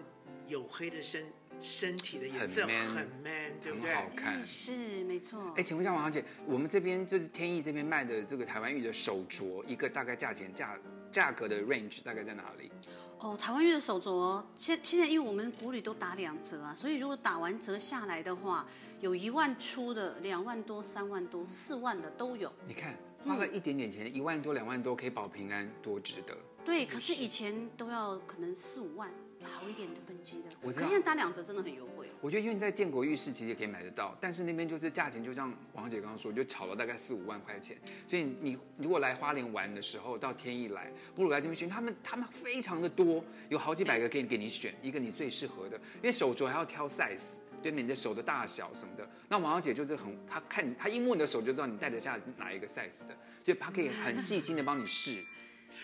黝黑的身身体的颜色，很很 man， man，对不很对？好看哎。是没错哎，。请问一下王小姐，我们这边就是天意这边卖的这个台湾玉的手镯，一个大概价钱价价格的 range 大概在哪里？哦，台湾玉的手镯，现现在因为我们古里都打两折啊，所以如果打完折下来的话，有一万出的、两万多、三万多、四万的都有。你看花了一点点钱，一万多两万多可以保平安，多值得。对，可是以前都要可能四五万好一点的等级的，我知可是道现在打两折真的很优惠。哦我觉得因为你在建国浴室其实也可以买得到，但是那边就是价钱就像王姐刚刚说，就炒了大概四五万块钱。所以你如果来花莲玩的时候，到天意来，不如来这边选，他们他们非常的多，有好几百个给你给你选，一个你最适合的，因为手镯还要挑 size。对你的手的大小什么的，那王小姐就是很，她看她一摸你的手就知道你戴得下哪一个 size 的，所以她可以很细心的帮你试。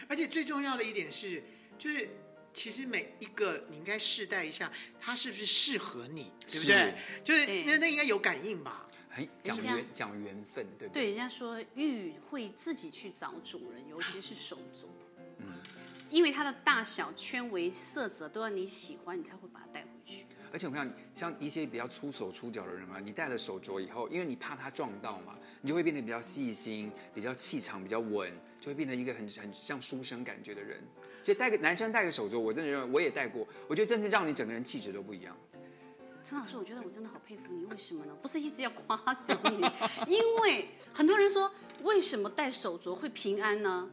而且最重要的一点是，就是其实每一个你应该试戴一下，它是不是适合你，对不是对？ 就是对那那应该有感应吧？很讲这样缘讲缘分，对不对，对？人家说玉会自己去找主人，尤其是手镯，嗯因为它的大小、圈围、色泽都要你喜欢，你才会把它带回去。而且我看像一些比较粗手粗脚的人嘛，你戴了手镯以后，因为你怕它撞到嘛，你就会变得比较细心，比较气场比较稳，就会变成一个很很像书生感觉的人。所以戴个男生戴个手镯，我真的认为我也戴过，我觉得真的让你整个人气质都不一样。陈老师，我觉得我真的好佩服你，为什么呢？不是一直要夸奖你， 因为很多人说为什么戴手镯会平安呢？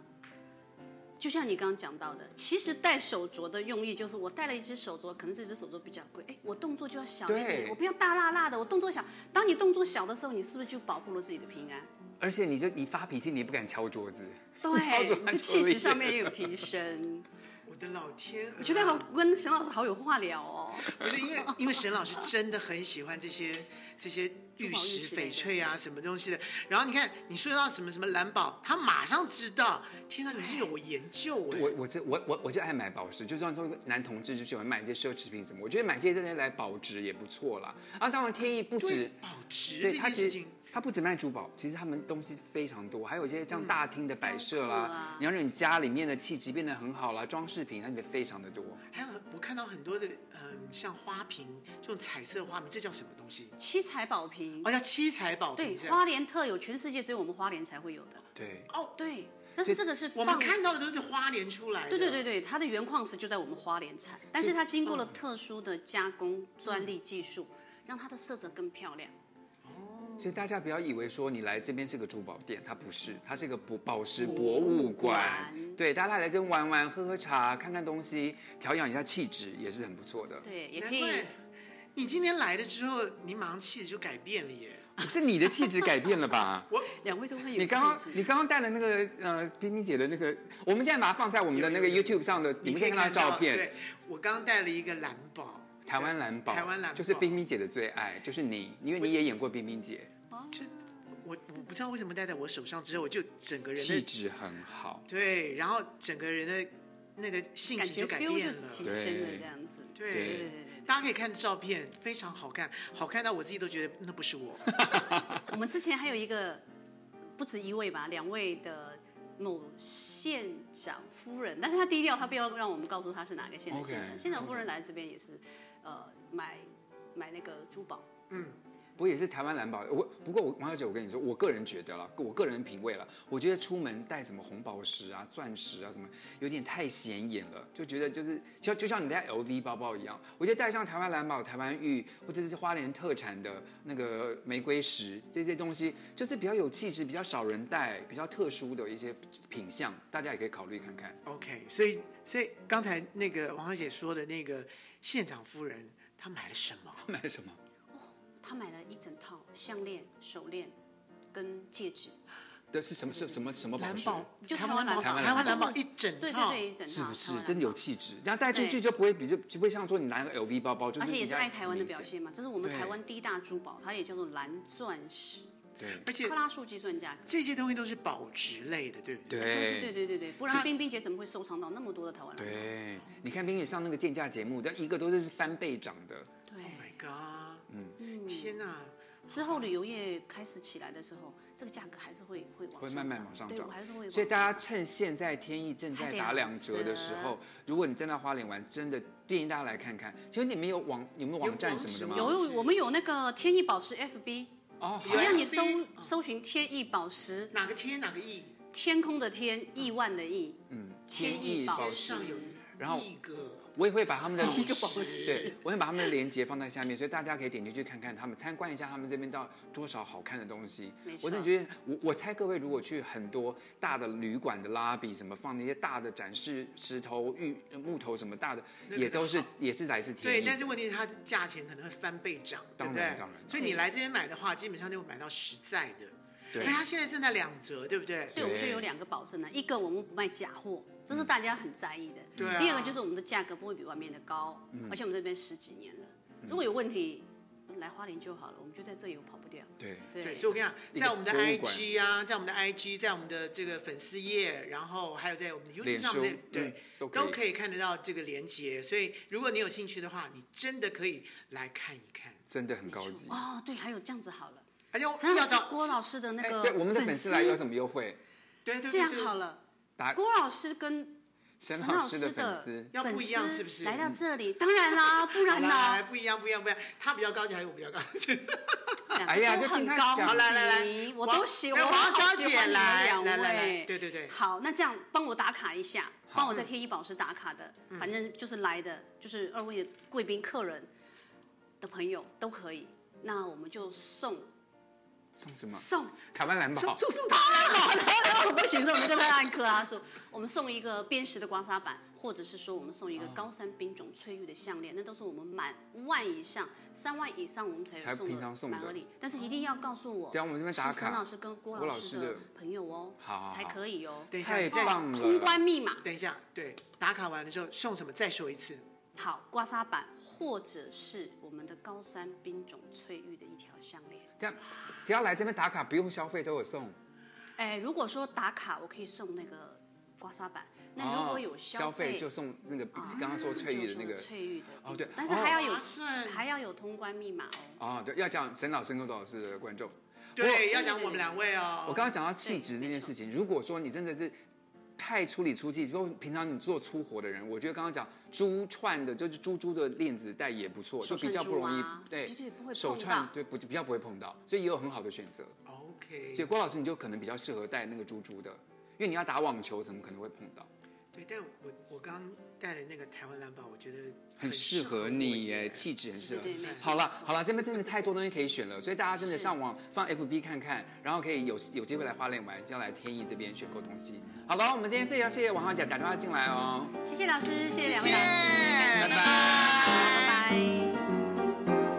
就像你刚刚讲到的，其实戴手镯的用意就是我戴了一只手镯，可能这只手镯比较贵，哎，我动作就要小一点，对我不要大辣辣的，我动作小。当你动作小的时候，你是不是就保护了自己的平安？而且你就你发脾气，你也不敢敲桌子，超对，准你按的错了气一质上点面也有提升。我的老天、啊！我觉得好跟沈老师好有话聊哦。不是因为因为沈老师真的很喜欢这些这些玉石、翡翠啊，什么东西的。然后你看，你说到什么什么蓝宝，他马上知道。天哪，你是有研究哎！我我这我我我就爱买宝石，就算作为一个男同志，就喜欢买一些奢侈品什么，我觉得买这些东西来保值也不错啦。啊，当然天意不止保值对这它件其事实情，它不只卖珠宝，其实他们东西非常多，还有一些像嗯大厅的摆设包括啦，啊你要让你家里面的气质变得很好啦，装饰品它里面非常的多。还有我看到很多的，嗯，像花瓶这种彩色花瓶，这叫什么东西？七彩宝瓶哦，，叫七彩宝对瓶这，样。花莲特有，全世界只有我们花莲才会有的。对，哦，对，但是这个是我放们看到的都是花莲出来的。对对对对，它的原矿石就在我们花莲产，但是它经过了嗯特殊的加工、专利技术，让它的色泽更漂亮。所以大家不要以为说你来这边是个珠宝店，它不是，它是个博宝石博物馆。馆对，大家来这边玩玩、喝喝茶、看看东西，调养一下气质也是很不错的。对，也难可以。怪你今天来了之后，你马上气质就改变了耶。是你的气质改变了吧？两位都很有你刚刚气质你刚刚带了那个呃冰冰姐的那个，我们现在把它放在我们的那个 YouTube 上的，你们可以看看到照片，对，我刚刚带了一个蓝宝，台湾蓝宝，台湾蓝宝就是冰冰姐的最爱，就是你，因为你也演过冰冰姐，我我不知道为什么戴在我手上之后，我就整个人气的质很好。对，然后整个人的那个性感情觉就改 feel 变就了。提升了对这样子。对对对对对大家可以看照片，非常好看，好看到我自己都觉得嗯那不是 我。我们之前还有一个不止一位吧，两位的某县长夫人，但是她低调，她不要让我们告诉她是哪个县的 OK，县长。县长夫人来这边也是，呃，买买那个珠宝，不过也是台湾蓝宝，我不过我王小姐，我跟你说，我个人觉得啦，我个人品味啦，我觉得出门带什么红宝石啊、钻石啊什么，有点太显眼了，就觉得就是就就像你带 LV 包包一样，我觉得带上台湾蓝宝、台湾玉或者是花莲特产的那个玫瑰石这些东西，就是比较有气质、比较少人带、比较特殊的一些品相，大家也可以考虑看 看。 OK，所以所以刚才那个王小姐说的那个县长夫人，她买了什么？买什么？她买了一整套项链、手链跟戒指，对，是什么是什么什么宝蓝石？宝，就台台湾湾蓝宝，蓝宝台湾蓝宝就是一整对对套，对，一整套。是不台是湾真的有蓝宝气质？这样带出去啊嗯对就不会比就就不会像说你拿个 LV 包包，就是而且也是比较爱台湾的明显表现嘛，这是我们对台湾第一大珠宝，它也叫做蓝钻石，对而且克拉数计算价格。这些东西都是保值类的，对不对？对对对对对对，不然冰冰姐怎么会收藏到那么多的台湾蓝宝？对，你看冰姐上那个竞价节目，但一个都是翻倍涨的，对 Oh my god！嗯天哪！之后旅游业开始起来的时候，这个价格还是会会往会上慢慢涨往上对，涨我还是会。所以大家，趁现在天意正在才打两折的时候，如果你真的花莲玩，真的建议大家来看看。请问你们有网有没有网站什么的有吗？网址有我们有那个天意宝石 FB，哦，只有要你 FB 搜嗯搜寻天意宝石，哪个天哪个亿？天空的天，亿万的亿，嗯，天天意意宝宝天石上。有然后一个，我也会把他们的 一个宝石对，我会把他们的链接放在下面，所以大家可以点进去看看他们，参观一下他们这边到多少好看的东西没。错我真的觉得，我我猜各位如果去很多大的旅馆的拉比，什么放那些大的展示石头、玉、木头什么大的，那个也都是好也是来自天意对，的。但是问题是它的价钱可能会翻倍涨，对不当然对当然？所以你来这边买的话，基本上就会买到实在的。对而它现在正在两折，对不对？所以我们就对有两个保证了，啊一个我们不卖假货，嗯这是大家很在意的。对啊第二个就是我们的价格不会比外面的高，嗯而且我们这边十几年了，如果有问题来花莲就好了，我们就在这里我跑不掉。对对，所以我跟你讲，一个在我们的博物馆 IG 啊，在我们的 IG，在我们的这个粉丝页，然后还有在我们的 YouTube 脸上书面，对嗯，都可以都可以看得到这个连接。所以如果你有兴趣的话，你真的可以来看一看。真的很高级。哦，对，还有这样子好了，而且我只要要是找郭老师的那哎个对，我们的粉丝来有什么优惠？对对这对样对，好了打，郭老师跟沈老老师的的粉丝，要不一样是不是来到这里，当然啦，不好然来来来，呢？不一样不一样不一样，他比较高级还是我比较高 级？两个哎呀都就很听他高讲级好来来来我王都喜来欢。王小好喜姐欢你们来两来来位来对对对好，那这样帮我打卡一下，好帮我在天一宝石打卡的，嗯反正就是来的，就是二位的贵宾客人的朋友都可以。那我们就送送什么？送，台湾蓝宝，送送他，不行，所以我们跟他按克拉说，我们送一个边石的刮痧板，或者是说我们送一啊个高山冰种翠玉的项链，那都是我们满万以上、三万以上我们才有才送平常的送的满额礼，但是一定要告诉我，只要我们这边打卡是沈老师跟郭郭老老师师的的朋友哦，好好好才可以哦。等一下，太再棒通关了！密码等一下，对，打卡完了之后送什么？再说一次。好，刮痧板或者是我们的高山冰种翠玉的一条项链。这样，只要来这边打卡，不用消费都有送。哎，如果说打卡，我可以送那个刮痧板。那如果有哦消费，就送那个啊刚刚说翠玉的那个就是翠玉的哦对但是还要有哦划算还要有通关密码哦。哦，对，要讲沈老师跟董老师的观众，对，要讲我们两位哦。我刚刚讲到气质这件事情，如果说你真的是太粗里粗气，就平常你做粗活的人，我觉得刚刚讲珠串的，就是珠珠的链子戴也不错，就手比串较不珠容易啊，对对不会手碰串到对不比较不会碰到，所以也有很好的选择。 OK，所以郭老师你就可能比较适合戴那个珠珠的，因为你要打网球，怎么可能会碰到？对，但我我刚刚戴的那个台湾蓝宝，我觉得很适适合我你耶，气质很适合对对没错。好了没错好了，这边真的太多东西可以选了，所以大家真的是上网放 FB 看看，然后可以有有机会来花莲玩，就要来天意这边选购东西。好了，我们今天非常谢谢王浩姐打电话进来哦。谢谢老师，谢谢两位谢谢老师，感拜谢拜拜拜。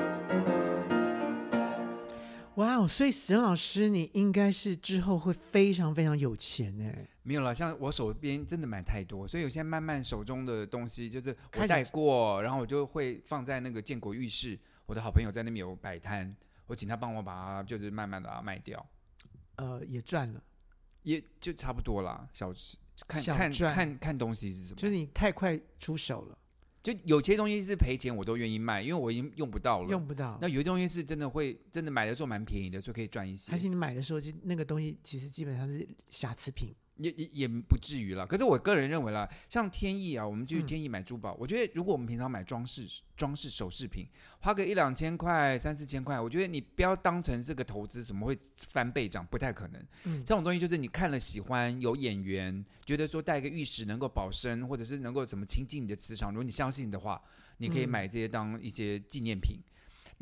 哇哦！所以沈老师，你应该是之后会非常非常有钱哎，没有了，像我手边真的买太多，所以我现在慢慢手中的东西就是开我始带过，然后我就会放在那个建国浴室，我的好朋友在那边有摆摊，我请他帮我把它就是慢慢的把它卖掉，呃，也赚了。也就差不多啦，小看小看赚看看东西是什么，就是你太快出手了，就有些东西是赔钱我都愿意卖，因为我已经用不到了。用不到那。有些东西是真的会真的买的时候蛮便宜的，所以可以赚一些还，是你买的时候，就那个东西其实基本上是瑕疵品。也也也不至于啦。可是我个人认为啦，像天意啊，我们去嗯天意买珠宝，我觉得如果我们平常买装饰装饰首饰品，花个一两千块、三四千块，我觉得你不要当成是个投资，怎么会翻倍涨？不太可能。嗯这种东西就是你看了喜欢，有眼缘，觉得说戴个玉石能够保身，或者是能够怎么亲近你的磁场，如果你相信的话，你可以嗯买这些当一些纪念品。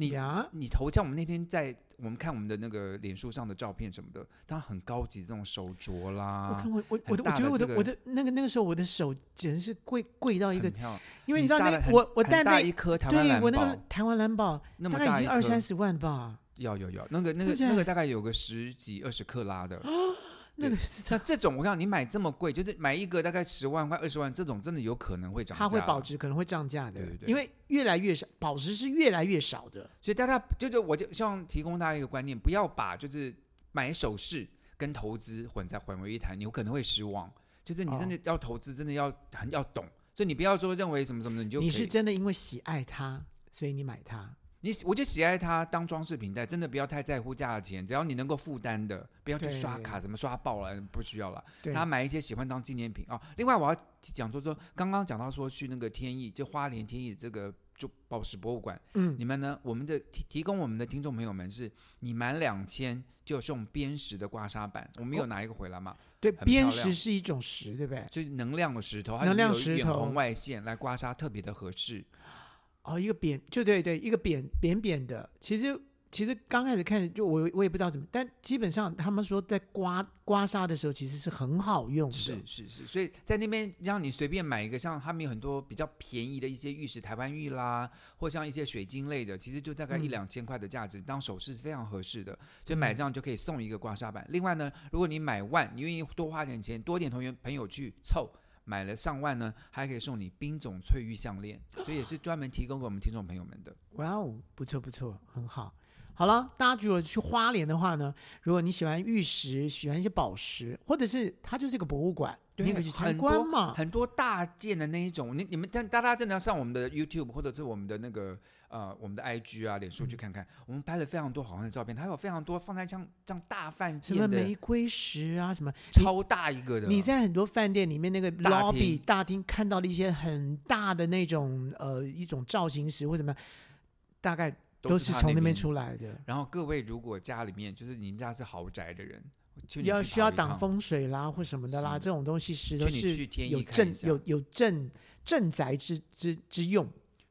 你呀，你头像我们那天在我们看我们的那个脸书上的照片什么的，当然很高级这种手镯我啦看，我我我的啊很我大觉得的我的这个我的那个那个时候我的手简直是跪跪到一个很，漂亮因为你知道很那大的个很我我很戴大那一颗台湾对蓝我那个宝台湾蓝宝那大么概大已一经二三颗，十万吧，要有有那个那对个不对那个大概有个十几二十克拉的。那个是像这种，我告诉你，你买这么贵，就是买一个大概十万块、二十万，这种真的有可能会涨价。它会保，值，可能会涨价的对对，对因为越来越少，宝石是越来越少的。所以大家就是，我就希望提供大家一个观念，不要把就是买首饰跟投资混在混为一谈，你有可能会失望。就是你哦真的要投资，真的要很要懂，所以你不要说认为什么什么的，你就你可以是真的因为喜爱它，所以你买它。你喜，我就喜爱它当装饰品戴，真的不要太在乎价钱，只要你能够负担的，不要去对刷卡，怎么刷爆了，不需要了。对，他买一些喜欢当纪念品哦。另外，我要讲说说，刚刚讲到说去那个天意，就花莲天意这个就宝石博物馆，嗯你们呢？我们的提提供我们的听众朋友们是，你满两千就送编石的刮痧板，我们哦有拿一个回来吗？对，很砭漂石亮是一种石，对不对？就是能量的石头，它能里面量有石远头红外线来刮痧，特别的合适。哦，一个扁，就对对，一个扁扁扁的。其实其实刚开始看，就我我也不知道怎么，但基本上他们说在刮刮痧的时候，其实是很好用的。是是是，所以在那边让你随便买一个，像他们有很多比较便宜的一些玉石，台湾玉啦，或像一些水晶类的，其实就大概一嗯两千块的价值，当首饰是非常合适的。所以嗯买这样就可以送一个刮痧板。另外呢，如果你买万，你愿意多花点钱，多点同学朋友去凑。买了上万呢，还可以送你冰种翠玉项链，所以也是专门提供给我们听众朋友们的。哇哦，不错不错，很好。好了，大家如果去花莲的话呢，如果你喜欢玉石，喜欢一些宝石，或者是它就是一个博物馆，你也可以去参很多观嘛。很多大件的那一种，你你们但大家真的要上我们的 YouTube 或者是我们的那个呃我们的 IG 啊、脸嗯书去看看，我们拍了非常多好看的照片，还有非常多放在像这样大饭什么店玫的瑰石啊，什么你超大一个的，你在很多饭店里面那个啊大 lobby 厅大厅看到了一些很大的那种呃一种造型石或什么，大概都是是他从那边边。出来的。然后各位如果家里面就是你们家是豪宅的人，去你要去需跑要一挡趟，风水啦或什么的啦，是这种东西石头劝你是去天有意看镇一下有有镇镇宅之之之用。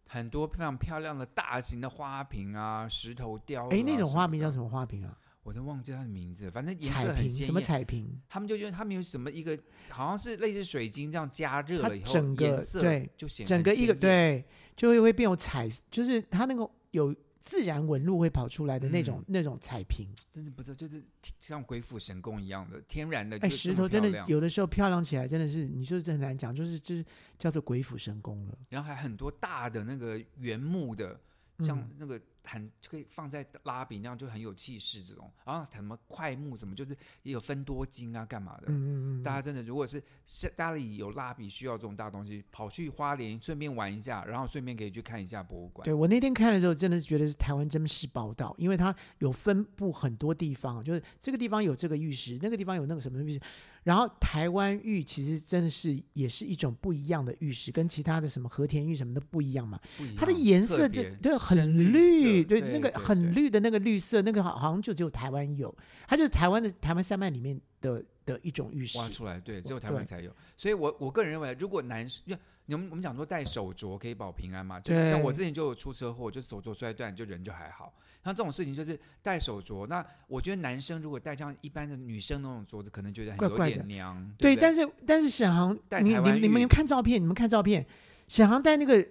很多非常漂亮的大型的花瓶啊、石头雕、啊，哎，那种花瓶叫什么么花瓶啊？的？我都忘记它的名字，反正颜彩色很瓶？鲜什么艳。彩瓶？他们就觉得他们有什么一个，好像是类似水晶这样加热它了以后，整个颜色对就显得整个很一个鲜艳，对，就会会变有彩，就是它那个有自然纹路会跑出来的那嗯种、那种彩瓶。真的不知道，就是像鬼斧神工一样的天然的，哎，就石是这么头真漂的亮有的时候漂亮起来，真的是你就是很难讲，就是就是叫做鬼斧神工了。然后还很多大的那个原木的，像嗯那个很就可以放在拉比那样就很有气势这种，然后什么快木什么就是也有分多金啊干嘛的，嗯嗯嗯，大家真的如果是是家里有蜡笔需要这种大东西，跑去花莲顺便玩一下，然后顺便可以去看一下博物馆。对我那天看的时候，真的是觉得是台湾真是宝岛，因为它有分布很多地方，就是这个地方有这个玉石，那个地方有那个什么玉石，然后台湾玉其实真的是也是一种不一样的玉石，跟其他的什么和田玉什么的不一样嘛。不一样它的颜色特就别对深很绿绿，色对对那个对很对绿的那个绿色，那个好好像就只有台湾有，它就是台湾的台湾山脉里面的的一种玉石挖。出来，对，只有台哦对湾才有。所以我我个人认为，如果男生，因为你们我们讲说戴手镯可以保平安嘛，就对像我之前就有出车祸，就手镯摔断，就人就还好。像这种事情就是戴手镯，那我觉得男生如果戴像一般的女生那种镯子，可能觉得很怪有怪点的娘，对，不但是但是沈航戴，你台你湾你们玉看照片，你们看照片，沈航戴那个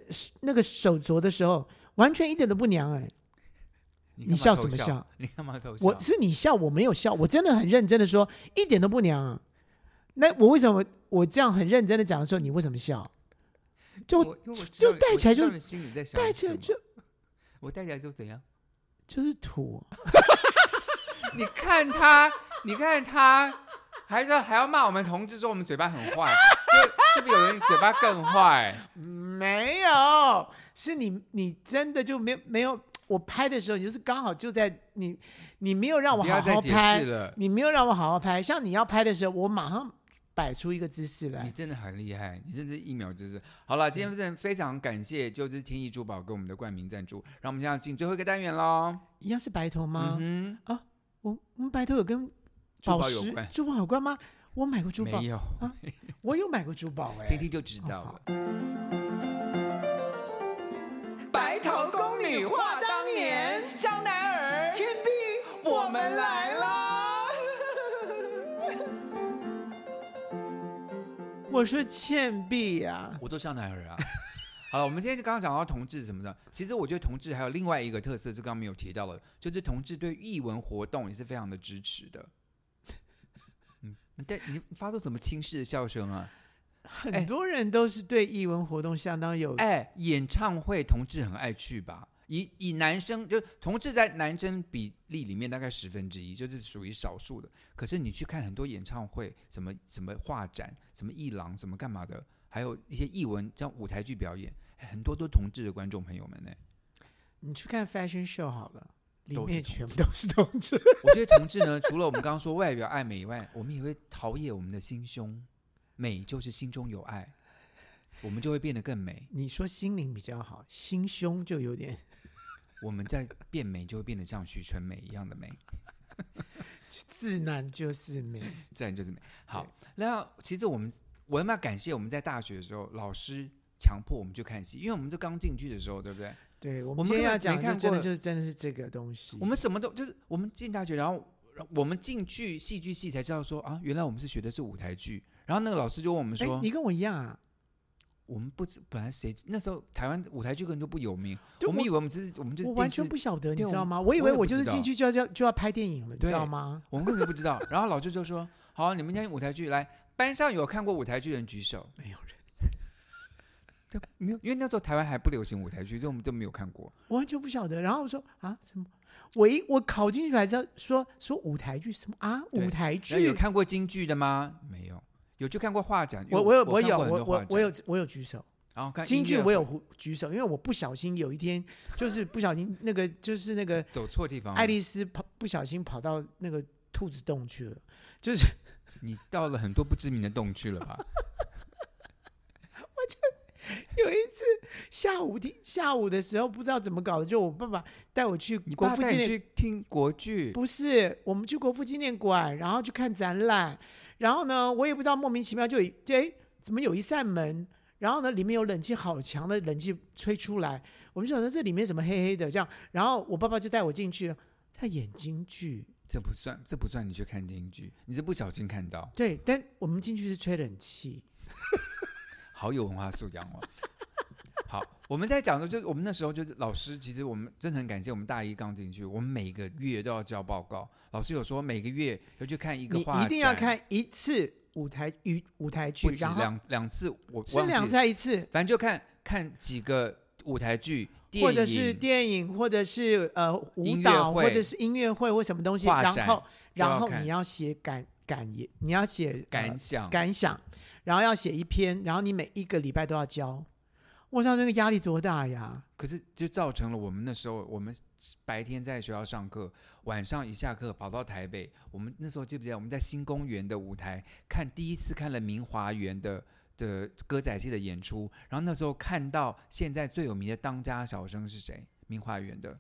那个手镯的时候，完全一点都不娘哎、你你干嘛笑偷什么笑笑？你干嘛偷笑？我是你啊笑，我没有笑，我真的很认真的说，一点都不娘、啊。那我为什么我这样很认真的讲的时候，你为什么笑？就我因为我知就道你戴我起知来就道你心里在想戴什起来么就我戴起来就怎样？就是土，啊你看他，你看他，还是还要骂我们同志说我们嘴巴很坏， 就是不是有人嘴巴更坏？没有，是你你真的就没有没有。我拍的时候，你就是刚好就在你你没有让我不要好再好解拍释，了，你没有让我好好拍。像你要拍的时候，我马上摆出一个姿势你来。真的很厉害，你真是一秒之智。好了，今天真的非常感谢，就是天意珠宝给我们的冠名赞助，让我们现在进最后一个单元喽。一样是白头吗？嗯我我们白头有跟珠宝宝有石关珠宝有关吗？我买过珠哼，宝没，有，我有买过珠宝哎、听听就知道了。白头宫女话当年，香奈儿、倩碧，我们来啦！我说倩碧呀、我都香奈儿啊。 好了，我们今天就刚刚讲到同志什么的，其实我觉得同志还有另外一个特色，是刚刚没有提到的，就是同志对艺文活动也是非常的支持的。嗯，你在你发出什么轻视的笑声啊？哎很多人都是对艺文活动相当有，哎，演唱会同志很爱去吧？以以男生就同志在男生比例里面大概十分之一，就是属于少数的。可是你去看很多演唱会，什么什么画展，什么艺廊，什么干嘛的，还有一些艺文，像舞台剧表演，哎很多都同志的观众朋友们呢。 你去看 fashion show 好了，里都是面同全部都是同志。我觉得同志呢，除了我们刚刚说外表爱美以外，我们也会陶冶我们的心胸。美就是心中有爱，我们就会变得更美。你说心灵比较好，心胸就有点我们在变美，就会变得像许纯美一样的美。自然就是美。自然就是美。好，那其实我们我要感谢我们在大学的时候，老师强迫我们去看戏，因为我们是刚进去的时候，对不对？对我我们们今天根本要没讲看的就过真的就是真的是这个东西。我们什么都就是我们进大学，然后我们进去戏剧系才知道说啊，原来我们是学的是舞台剧。然后那个老师就问我们哎说，，你跟我一样啊，我们不知本来谁那时候台湾舞台剧根本就不有名，对我们我以为我们只是我们就是我电完视全不晓得，你对知道我吗？我以我为也我不就是知进道去就要就要就要拍电影了，你知对道吗？我们根本就不知道。 然后老师就说：“好，你们今天舞台剧来，班上有看过舞台剧的人举手。”没有人，对，没有，因为那时候台湾还不流行舞台剧，所以我们都没有看过。我完全不晓得。然后我说啊什么？我一我考进去还知道说说舞台剧什么啊对舞台那有剧，看过京剧的吗？没有，有去看过画展。因为我有我我看有过很我多画我展我有，我有举手，然后看京音剧乐我会有胡举手，因为我不小心有一天就是不小心那个就是那 个走错地方了。爱丽丝跑不小心跑到那个兔子洞去了，就是 你到了很多不知名的洞去了吧？有一次下午的下午的时候不知道怎么搞的，就我爸爸带我去你国爸父带纪你念去听国剧，不是，我们去国父纪念馆，然后去看展览，然后呢，我也不知道莫名其妙就有一就哎，怎么有一扇门？然后呢，里面有冷气，好强的冷气吹出来，我们就想说这里面怎么黑黑的这样，然后我爸爸就带我进去了，在演京剧，这不算，这不算你去看京剧，你是不小心看到，对，但我们进去是吹冷气，好有文化素养哦。 好，我们在讲的，就是我们那时候就是老师，其实我们真的很感谢我们大一刚进去，我们每个月都要交报告，老师有说每个月要去看一个你画展，一定要看一次舞台剧舞台剧不，止然后两两次，我是两次。在一次，反正就看看几个舞台剧，或者电是影电影，或者是呃舞音乐蹈，会或者是音乐会或什么东西，画然展后要然后看你要写感感言，你要写呃感想，感想，然后要写一篇，然后你每一个礼拜都要交。我知道那个压力多大呀！可是就造成了我们那时候，我们白天在学校上课，晚上一下课跑到台北。我们那时候记不记得我们在新公园的舞台看第一次看了明华园的的歌仔戏的演出，然后那时候看到现在最有名的当家小生是谁？明华园的，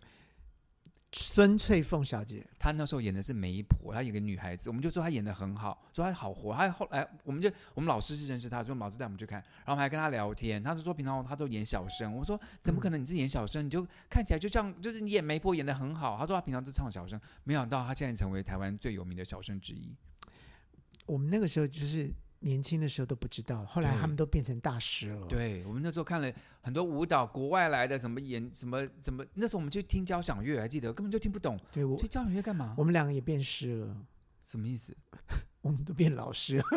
孙翠凤小姐，她那时候演的是媒婆，她演个女孩子，我们就说她演的很好，说她好活。她后来我们就我们老师是认识她，说老师带我们去看，然后我们还跟她聊天。她就说平常她都演小生，我说怎么嗯可能你是演小生？你就看起来就像就是你演媒婆演的很好。她说她平常都唱小生，没想到她现在成为台湾最有名的小生之一。我们那个时候就是年轻的时候都不知道，后来对他们都变成大师了。，对我们那时候看了很多舞蹈，国外来的什么演什么怎么，那时候我们去听交响乐，还记得根本就听不懂，对我去交响乐干嘛我？们两个也变师了，什么意思？我们都变老师了。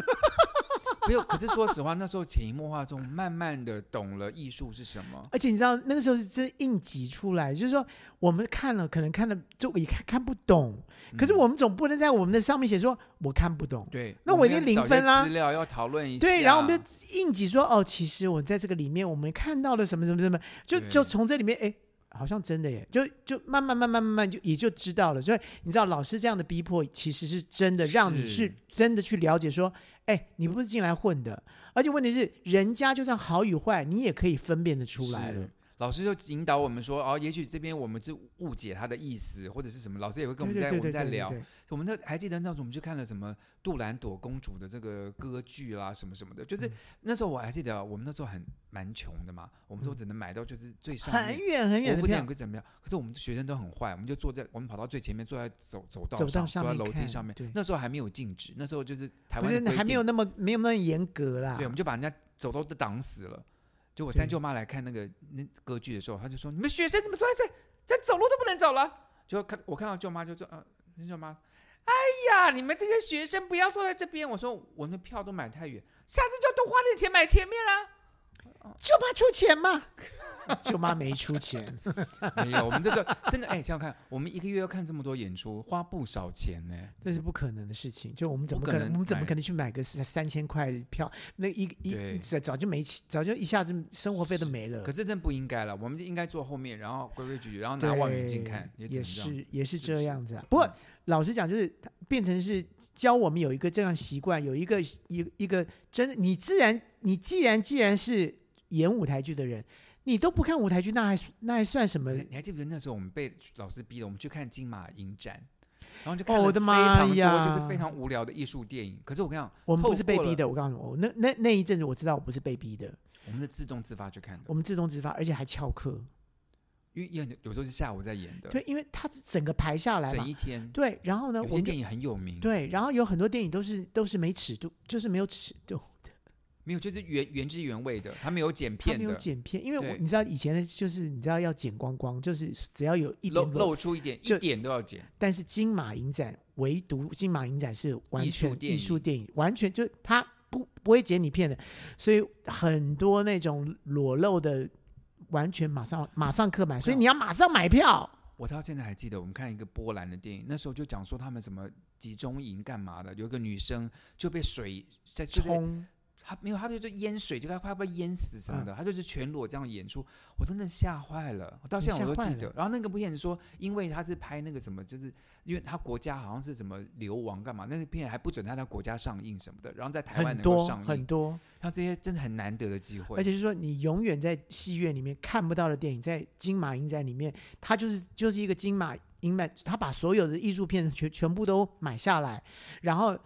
没有，可是说实话，那时候潜移默化中，慢慢的懂了艺术是什么。而且你知道那个时候是真硬挤出来，就是说我们看了，可能看了就也看看不懂，可是嗯我们总不能在我们的上面写说我看不懂，对，那我们一定要零找一分些啦资料要讨论一下。对，然后我们啊就硬挤说哦，其实我在这个里面我们看到了什么什么什么，就对就从这里面哎。好像真的耶，就就慢慢慢慢慢慢就也就知道了，所以你知道老师这样的逼迫，其实是真的让你是是真的去了解说，哎，你不是进来混的，而且问题是人家就算好与坏，你也可以分辨得出来是了。老师就引导我们说，哦，也许这边我们是误解他的意思，或者是什么。老师也会跟我对们在对对我对们在对聊对，我们那还记得那时候我们去看了什么杜兰朵公主的这个歌剧啦，什么什么的。嗯就是那时候我还记得，我们那时候很蛮穷的嘛，我们都只能买到就是最上嗯面很远很国远的父纪票念，馆怎么样？可是我们学生都很坏，我们就坐在我们跑到最前面，坐在走走道走上，道上坐在面楼梯看上面对。那时候还没有禁止，那时候就是台不湾是的规还没定有那么没有那么严格啦对，。我们就把人家走道都挡死了。就我三舅妈来看那个那歌剧的时候，她就说：“你们学生怎么说这这走路都不能走了？”就看我看到舅妈就说：“呃，那舅妈，哎呀，你们这些学生不要坐在这边。”我说：“我那票都买太远，下次就多花点钱买前面 啦。舅妈出钱 嘛，舅妈没出钱，”没有，我们这个真的哎，想想看，我们一个月要看这么多演出，花不少钱呢、 这是不可能的事情。就我们怎么不可可能，能我们怎么买可能去买个三三千块的票？那一对一早早就没钱，早就一下子生活费都没了可。是真的不应该了，我们就应该坐后面，然后规规矩矩，然后拿对望远镜看，也只也能这样是子也是是不这嗯是样子啊。不过老实讲，就是它变成是教我们有一个这样习惯，有一个一一个真的，你自然你既然既然是演舞台剧的人，你都不看舞台剧，那还那还算什么？你你还记不记得那时候我们被老师逼了，我们去看金马影展，然后就看哦了我的非妈常多呀就是非常无聊的艺术电影。可是我跟你讲，我们透不是被过逼了，的，我告诉你，我那那那一阵子我知道我不是被逼的，我们是自动自发去看的我，们自动自发，而且还翘课。因为因为有时候是下午在演的，对，因为它是整个排下来整嘛一。天。对，然后呢，有我些们就电影很有名，，对，然后有很多电影都是都是没尺度，就是没有尺度，没有就是原原汁原味的，他没有剪它片没有的，剪片，因为我对你知道以前的就是你知道要剪光光，就是只要有一露点露出一点就一点都要剪，但是金马影展唯独金马影展是完艺术全电艺影术电影，完全就它不不会剪你片的，所以很多那种裸露的，完全马上马上刻买，所以啊你要马上买票。我到现在还记得，我们看一个波兰的电影，那时候就讲说他们什么集中营干嘛的，有一个女生就被水在就是冲，她没有，她就就淹水，就她快被淹死什么嗯的，她就是全裸这样演出，我真的吓坏了，我到你现在吓我都坏记了得。然后那个片子说，因为她是拍那个什么，就是因为她国家好像是什么流亡干嘛，那个片还不准在她国家上映什么的，然后在台湾很能够多上很映，多，像这些真的很难得的机会，而且就是说你永远在戏院里面看不到的电影，在金马影展里面，它就是就是一个金马影展，它把所有的艺术片全全部都买下来，然后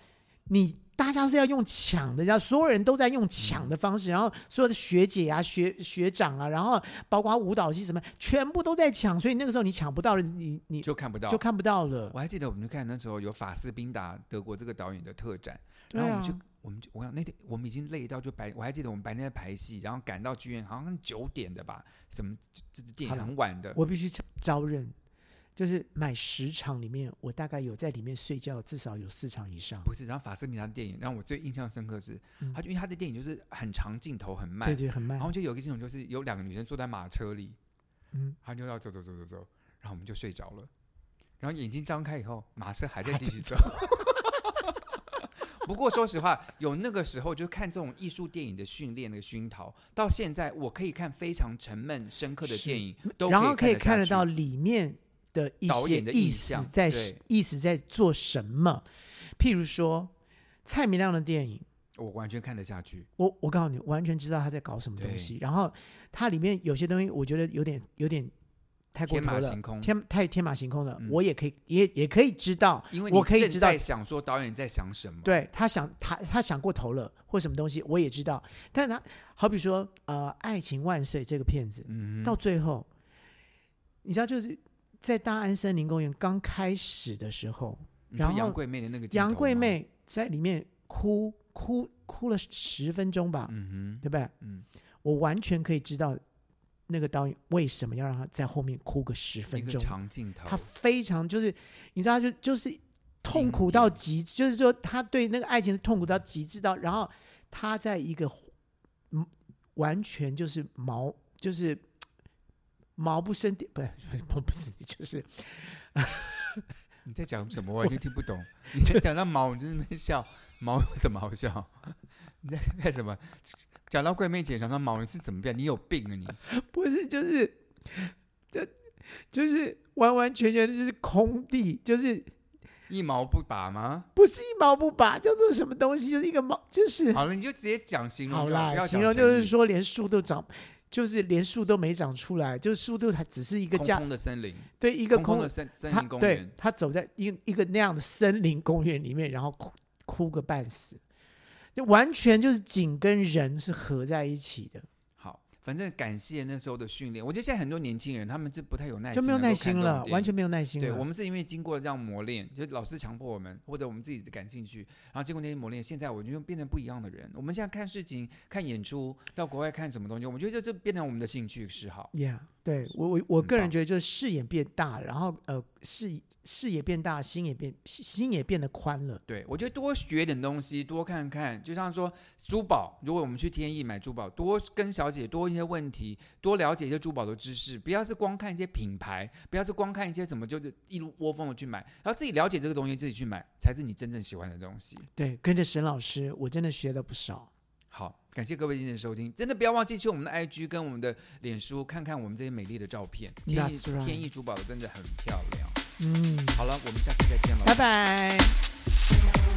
你。大家是要用抢的，然后所有人都在用抢的方式，然后所有的学姐啊、学学长啊，然后包括舞蹈系什么，全部都在抢，所以那个时候你抢不到了，你你就看不到，就看不到了我。还记得我们去看那时候有法斯宾达德国这个导演的特展，对然后我们去啊，我们就我想那天我们已经累到就白，我还记得我们白天在排戏，然后赶到剧院好像九点的吧，什么就就是电好影了很晚的，我必须招认，就是买十场里面，我大概有在里面睡觉，至少有四场以上。不是。然后法斯宾达的电影让我最印象深刻是，他就因为他的电影就是很长镜头很嗯慢，对对，很慢哦然。后就有一个镜头就是有两个女生坐在马车里，嗯，他就要走走走走走，然后我们就睡着了。然后眼睛张开以后，马车还在还继在续走。 不过说实话，有那个时候就看这种艺术电影的训练、那个熏陶，到现在我可以看非常沉闷、深刻的是电影，都然后可可以以看看得下到去。里面的一导些演的意意思向在对意思在做什么。譬如说蔡明亮的电影，我完全看得下去，我我告诉你，完全知道他在搞什么东对西。然后它里面有些东西，我觉得有点有点太过天头马了，行空天太天马行空了。嗯我也可以也也可以知道，因为我你可以正知道在想说导演在想什么。对他想他他想过头了或什么东西，我也知道。但他好比说呃，《爱情万岁》这个片子，嗯哼，到最后，你知道就是在大安森林公园刚开始的时候，你说然后杨贵妹的那个镜杨头贵吗，妹在里面哭哭哭了十分钟吧，嗯哼，对不对？嗯，我完全可以知道那个导演为什么要让她在后面哭个十一分个钟，长镜头，她非常就是你知道她就就是痛经苦到典极致，就是说她对那个爱情的痛苦到极致到，然后她在一个嗯完全就是毛就是。毛不生电，不是不是毛不生地，就是你在 讲什么？我完全听不懂。你在讲到毛，你在那边笑，毛有什么好笑？ 你在干什么？讲到贵妹姐，讲到毛，你是怎么变？你有病啊你！不是就是，这就是完完全全的就是空地，就是一毛不拔吗？不是一毛不拔，叫做什么东西？就是一个毛，就是好了，你就直接讲形容好就好，啦不，要形讲容成就是语说连树都长，就是连树都没长出来，就是树都还只是一个空架，空的森林，对一个空空空的，森森他林公对园，他走在一个一个那样的森林公园里面，然后哭哭个半死，就完全就是景跟人是合在一起的，好。反正感谢那时候的训练，我觉得现在很多年轻人他们是不太有耐心，就没有能够耐看心这种了，电完影全没有耐心对，了。我们是因为经过这样磨练，就老师强迫我们，或者我们自己的感兴趣，然后经过那些磨练，现在我就变成不一样的人。我们现在看事情、看演出，到国外看什么东西，我们觉得这变成我们的兴趣嗜好。 Yeah，对我我我很个人棒觉得就是视野变大，然后呃视视野变大，心也变心也变得宽了。对，我觉得多学点东西，多看看，就像说珠宝，如果我们去天意买珠宝，多跟小姐多一些问题，多了解一些珠宝的知识，不要是光看一些品牌，不要是光看一些什么，就是一窝蜂的去买，然后自己了解这个东西，自己去买，才是你真正喜欢的东西。对，跟着沈老师，我真的学了不少。好，感谢各位今天的收听，真的不要忘记去我们的 IG 跟我们的脸书看看我们这些美丽的照片。天意 That's right 天意珠宝真的很漂亮。嗯，好了，我们下次再见了，拜拜。